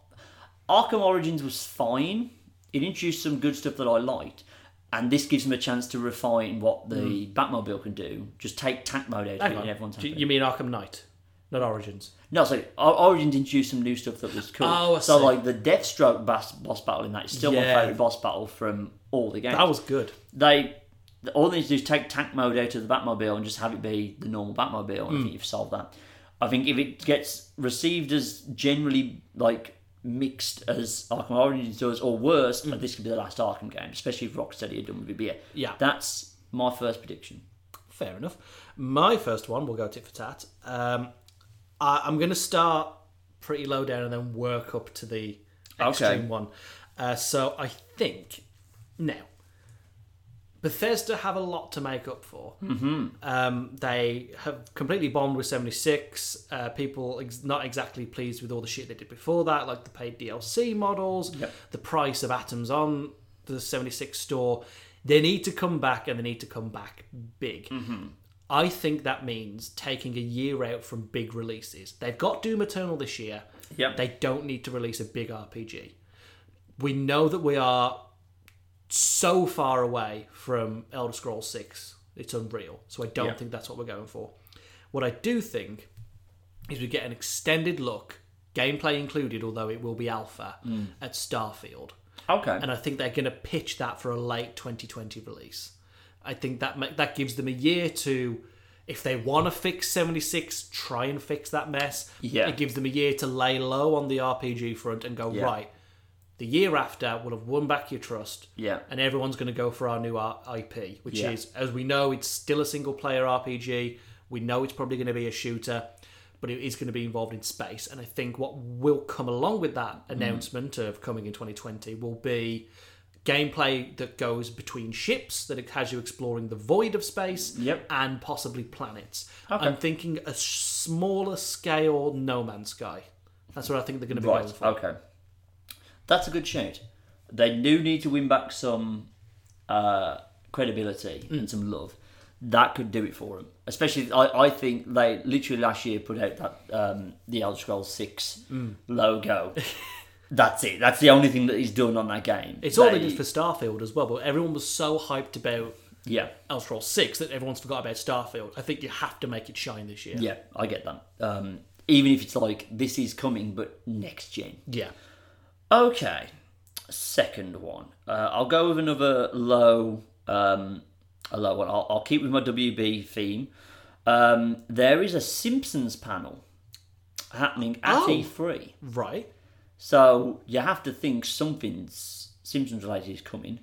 B: Arkham Origins was fine. It introduced some good stuff that I liked, and this gives them a chance to refine what the Batmobile can do. Just take tank mode out of
A: Hmm. Hang
B: it,
A: on.
B: and everyone's
A: Do
B: happy.
A: you, you mean Arkham Knight, not Origins?
B: No, so O- Origins introduced some new stuff that was cool.
A: Oh, I
B: so
A: see.
B: like the Deathstroke boss, boss battle in that is still my
A: Yeah.
B: favorite boss battle from all the games.
A: That was good.
B: they all they need to do is take tank mode out of the Batmobile and just have it be the normal Batmobile.
A: Hmm.
B: And I think you've solved that. I think if it gets received as generally like mixed as Arkham Origins does, or worse, this could be the last Arkham game, especially if Rocksteady had done with it. But yeah,
A: Hmm. Yeah.
B: that's my first prediction.
A: Fair enough. My first one, we'll go tit for tat. Um, I, I'm going to start pretty low down and then work up to the extreme
B: Okay.
A: one. Uh, so I think now Bethesda have a lot to make up for. Um, they have completely bombed with 76. Uh, people ex- not exactly pleased with all the shit they did before that, like the paid DLC models, the price of atoms on the 76 store. They need to come back and they need to come back big. I think that means taking a year out from big releases. They've got Doom Eternal this year.
B: Yep.
A: They don't need to release a big RPG. We know that we are so far away from Elder Scrolls 6. It's unreal. So I don't
B: Yeah.
A: think that's what we're going for. What I do think is we get an extended look, gameplay included, although it will be alpha,
B: Hmm.
A: at Starfield.
B: Okay.
A: And I think they're going to pitch that for a late 2020 release. I think that ma- that gives them a year to, if they want to fix 76, try and fix that mess.
B: Yeah.
A: It gives them a year to lay low on the RPG front and go,
B: Yeah.
A: right, the year after, we'll have won back your trust.
B: Yeah.
A: And everyone's going to go for our new R- IP, which
B: Yeah.
A: is, as we know, it's still a single player RPG. We know it's probably going to be a shooter, but it is going to be involved in space. And I think what will come along with that
B: Mm.
A: announcement of coming in 2020 will be gameplay that goes between ships, that it has you exploring the void of space,
B: Yep.
A: and possibly planets.
B: Okay.
A: I'm thinking a smaller scale No Man's Sky. That's what I think they're going to be
B: Right. Uh,
A: going for.
B: Okay. That's a good shout. They do need to win back some uh, credibility
A: Mm.
B: and some love. That could do it for them. Especially, I, I think they literally last year put out that um, the Elder Scrolls Six
A: Mm.
B: logo.
A: [laughs]
B: That's it. That's the only thing that is done on that game.
A: It's all they did for Starfield as well, but everyone was so hyped about
B: yeah.
A: Elder Scrolls 6 that everyone's forgot about Starfield. I think you have to make it shine this year.
B: Yeah, I get that. Um, even if it's like this is coming, but next gen.
A: Yeah.
B: Okay, second one. Uh, I'll go with another low, um, a low one. I'll, I'll keep with my WB theme. Um, there is a Simpsons panel happening at
A: Oh.
B: E3,
A: Right.
B: so you have to think something's Simpsons related is coming.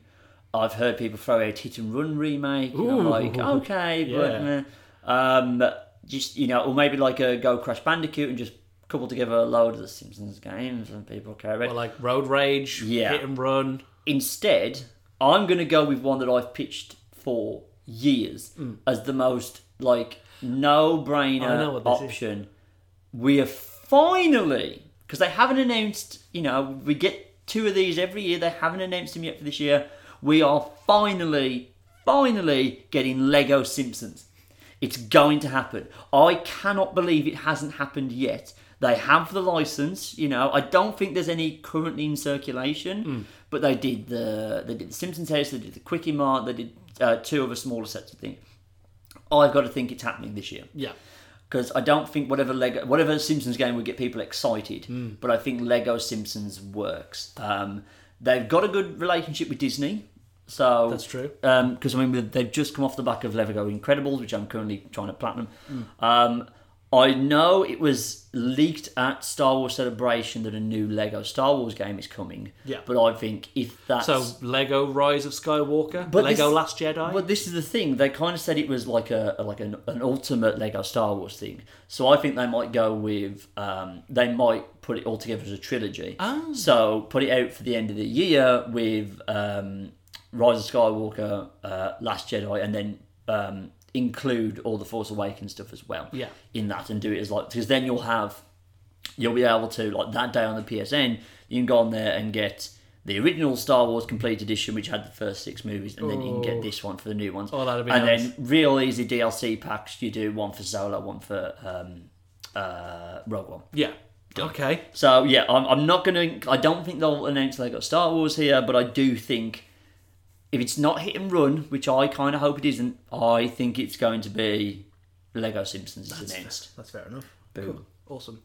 B: I've heard people throw out Hit and Run remake. And I'm
A: Ooh.
B: like, okay,
A: [laughs]
B: but
A: Yeah.
B: meh. um, just you know, or maybe like a Go Crash Bandicoot and just couple together a load of the Simpsons games and people care about.
A: Or like Road Rage,
B: Yeah.
A: Hit and Run.
B: Instead, I'm going to go with one that I've pitched for years as the most like
A: Mm. I know
B: no-brainer
A: what this is.
B: option. We are finally because they haven't announced. You know, we get two of these every year. They haven't announced them yet for this year. We are finally, finally getting Lego Simpsons. It's going to happen. I cannot believe it hasn't happened yet. They have the license, you know. I don't think there's any currently in circulation, but they did the they did the Simpsons house, they did the Quickie Mart, they did uh, two other smaller sets of things. I've got to think it's happening this year
A: Yeah.
B: because I don't think whatever Lego, whatever Simpsons game would get people excited,
A: Hmm.
B: but I think Lego Simpsons works. Um, they've got a good relationship with Disney, so
A: That's true.
B: Because I mean, they've just come off the back of Lego Incredibles, which I'm currently trying to platinum.
A: Hmm.
B: Um, I know it was leaked at Star Wars Celebration that a new Lego Star Wars game is coming.
A: Yeah.
B: but I think if that's
A: So Lego Rise of Skywalker,
B: But
A: Lego
B: this-
A: Last Jedi.
B: well, this is the thing. They kind of said it was like a like an, an ultimate Lego Star Wars thing. So I think they might go with um, they might put it all together as a trilogy.
A: Oh.
B: So put it out for the end of the year with um, Rise of Skywalker, uh, Last Jedi, and then um, include all the Force Awakens stuff as well.
A: Yeah.
B: In that, and do it as like because then you'll have you'll be able to like that day on the PSN, you can go on there and get the original Star Wars Complete Edition, which had the first six movies, and then you can get this one for the new ones.
A: Oh, that'd be
B: and
A: nice.
B: then real easy DLC packs. You do one for Solo, one for um, uh, Rogue One.
A: yeah. Okay.
B: So yeah, I'm, I'm not gonna. I don't think they'll announce they got Star Wars here, but I do think if it's not hit and run, which I kind of hope it isn't, I think it's going to be Lego Simpsons is the next.
A: That's fair enough.
B: Boom.
A: Cool. Awesome.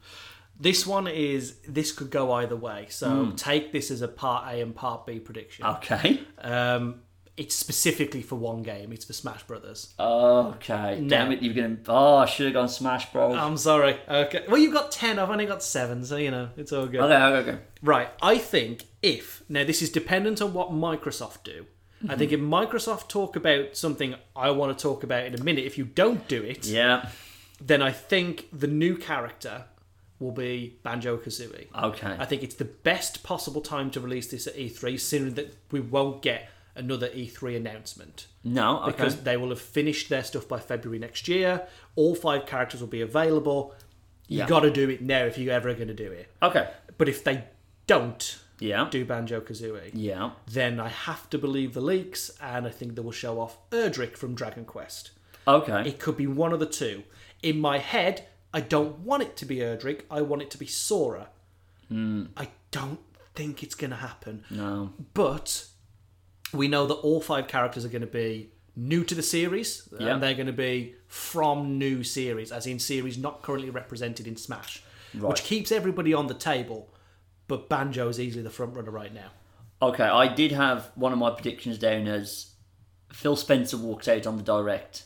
A: This one is this could go either way. So
B: Hmm.
A: take this as a part A and part B prediction.
B: Okay.
A: Um, it's specifically for one game. It's for Smash Brothers.
B: Okay. Damn it, you're gonna. Oh, I should have gone Smash Bros.
A: I'm sorry. Okay. Well, you've got ten. I've only got seven. So you know it's all good.
B: okay, okay, okay.
A: Right. I think if now this is dependent on what Microsoft do. I think if Microsoft talk about something I want to talk about in a minute, if you don't do it,
B: Yeah.
A: then I think the new character will be Banjo Kazooie.
B: Okay.
A: I think it's the best possible time to release this at E3, seeing that we won't get another E3 announcement
B: no. Okay.
A: because they will have finished their stuff by February next year. All five characters will be available.
B: Yeah.
A: You got to do it now if you're ever going to do it.
B: okay.
A: But if they don't
B: Yeah.
A: do Banjo Kazooie,
B: Yeah.
A: then I have to believe the leaks, and I think they will show off Erdrick from Dragon Quest.
B: Okay.
A: It could be one of the two. In my head, I don't want it to be Erdrick. I want it to be Sora. I don't think it's going to happen.
B: Hmm. no.
A: But we know that all five characters are going to be new to the series,
B: Yeah.
A: and they're going to be from new series, as in series not currently represented in Smash, which keeps everybody on the table. But Banjo is easily the front runner right now.
B: Okay. I did have one of my predictions down as Phil Spencer walks out on the direct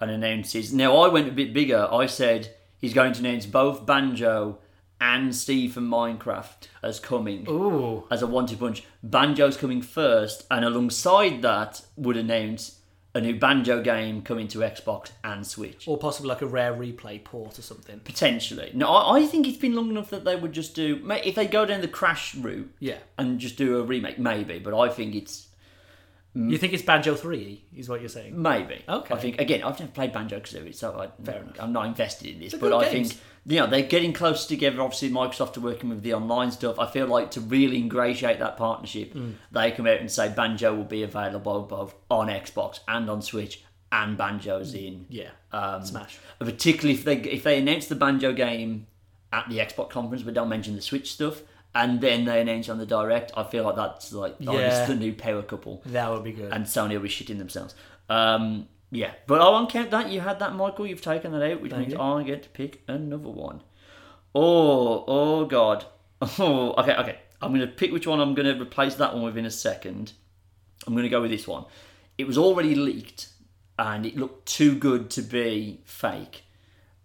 B: and announces. Now I went a bit bigger. I said he's going to announce both Banjo and Steve from Minecraft as coming.
A: Ooh,
B: as a one-two punch. Banjo's coming first, and alongside that would announce a new Banjo game coming to Xbox and Switch
A: or possibly like a rare replay port or something.
B: potentially. No, I, I think it's been long enough that they would just do ma- if they go down the Crash route
A: Yeah,
B: and just do a remake, maybe. But I think it's
A: you think it's Banjo Three? Is what you're saying?
B: maybe.
A: Okay.
B: I think again, I've never played Banjo Kazooie, so I, Fair enough. I'm not invested in this. but
A: good
B: I
A: games.
B: think you know they're getting close together. Obviously, Microsoft are working with the online stuff. I feel like to really ingratiate that partnership,
A: Mm.
B: they come out and say Banjo will be available both on Xbox and on Switch, and Banjo's in.
A: Yeah,
B: Um,
A: Smash.
B: particularly if they if they announce the banjo game at the Xbox conference but don't mention the Switch stuff, and then they announce on the direct. I feel like that's like oh, this
A: Yeah.
B: is the new power couple,
A: That would be good.
B: and Sony will be shitting themselves. Um, yeah, but I won't count that. You had that, Michael. You've taken that out, which means
A: you.
B: I get to pick another one. Oh, oh God. [laughs] Oh, okay, okay. I'm gonna pick which one I'm gonna replace that one with in a second. I'm gonna go with this one. It was already leaked, and it looked too good to be fake.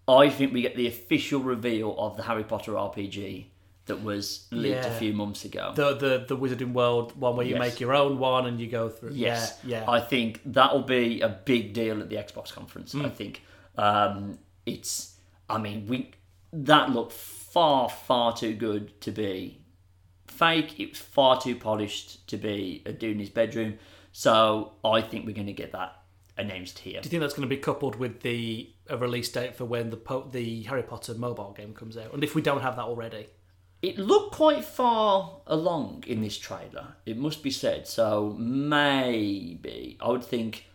B: I think we get the official reveal of the Harry Potter RPG that was leaked a
A: Yeah.
B: few months ago.
A: the the the Wizarding World one where you
B: Yes.
A: make your own one and you go through.
B: Yes,
A: yeah, yeah.
B: I think that will be a big deal at the Xbox conference.
A: Mm.
B: I think um, it's. I mean, we that looked far far too good to be fake. It was far too polished to be a dude in his bedroom. So I think we're going to get that announced here.
A: Do you think that's going to be coupled with the a release date for when the po- the Harry Potter mobile game comes out? And if we don't have that already,
B: It looked quite far along in this trailer. It must be said. So maybe I would think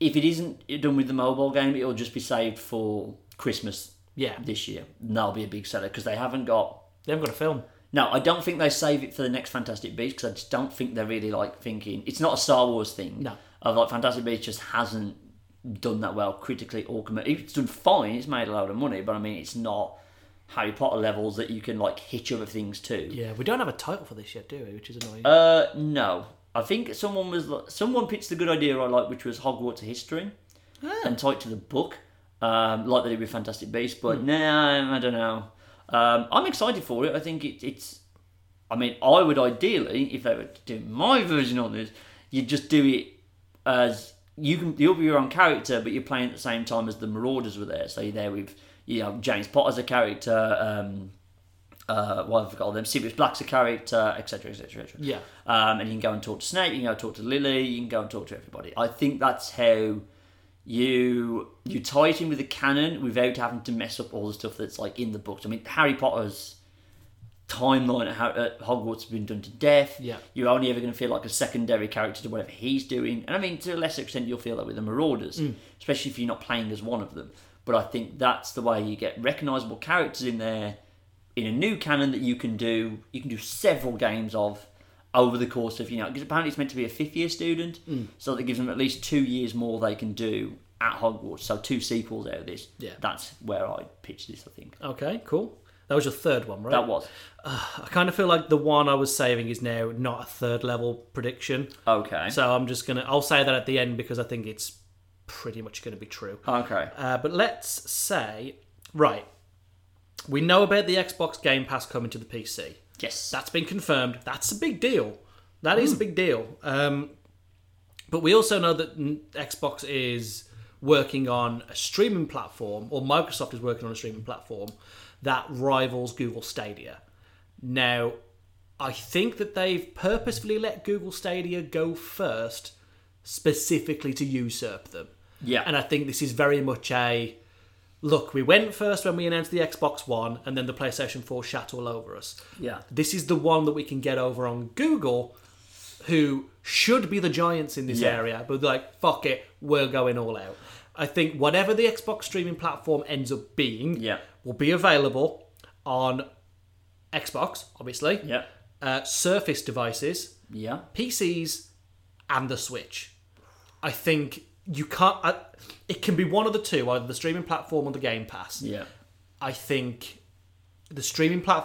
B: if it isn't done with the mobile game, it'll just be saved for Christmas
A: yeah,
B: this year. And that'll be a big seller because they haven't got.
A: they haven't got a film.
B: No, I don't think they save it for the next Fantastic Beasts because I just don't think they're really like thinking. It's not a Star Wars thing.
A: No.
B: of like Fantastic Beasts just hasn't done that well critically or commercially. It's done fine. It's made a lot of money, but I mean, it's not Harry Potter levels that you can like hitch other things to.
A: Yeah, we don't have a title for this yet, do we? Which is annoying.
B: Uh, no. I think someone was someone pitched the good idea I like, which was Hogwarts history, and tied to the book, um, like they did with Fantastic Beasts. But nah, I don't know. Um, I'm excited for it. I think it, it's. I mean, I would ideally, if they were to do my version of this, you'd just do it as you can. You'll be your own character, but you're playing at the same time as the Marauders were there. So you're there with you know James Potter's a character. Um, uh, what have I forgotten them? Sirius Black's a character, etc., etc., etc.
A: Yeah.
B: Um, and you can go and talk to Snape. You can go talk to Lily. You can go and talk to everybody. I think that's how you you tie it in with the canon without having to mess up all the stuff that's like in the books. I mean, Harry Potter's timeline at, Har- at Hogwarts has been done to death.
A: Yeah.
B: You're only ever going to feel like a secondary character to whatever he's doing. And I mean, to a lesser extent, you'll feel that with the Marauders, especially if you're not playing as one of them. But I think that's the way you get recognisable characters in there in a new canon that you can do. You can do several games of over the course of you know because apparently it's meant to be a fifth year student,
A: Mm.
B: so that gives them at least two years more they can do at Hogwarts. So two sequels out of this.
A: Yeah.
B: that's where I pitched this. I think
A: Okay, cool. That was your third one, right?
B: that was
A: I kind of feel like the one I was saving is now not a third level prediction.
B: okay.
A: So I'm just gonna I'll say that at the end because I think it's pretty much gonna be true.
B: okay.
A: Uh, but let's say right. We know about the Xbox Game Pass coming to the PC.
B: Yes.
A: That's been confirmed. That's a big deal. That is a big deal. Um, but we also know that n- Xbox is working on a streaming platform, or Microsoft is working on a streaming platform that rivals Google Stadia. Now, I think that they've purposefully let Google Stadia go first, specifically to usurp them.
B: Yeah.
A: And I think this is very much a look, we went first when we announced the Xbox One, and then the PlayStation 4 shat all over us.
B: Yeah.
A: This is the one that we can get over on Google, who should be the giants in this
B: Yeah.
A: area, but like, fuck it, we're going all out. I think whatever the Xbox streaming platform ends up being
B: Yeah.
A: will be available on Xbox, obviously,
B: Yeah.
A: uh, Surface devices,
B: Yeah.
A: PCs, and the Switch. I think you can't. I, it can be one of the two, either the streaming platform or the Game Pass.
B: Yeah.
A: I think the streaming platform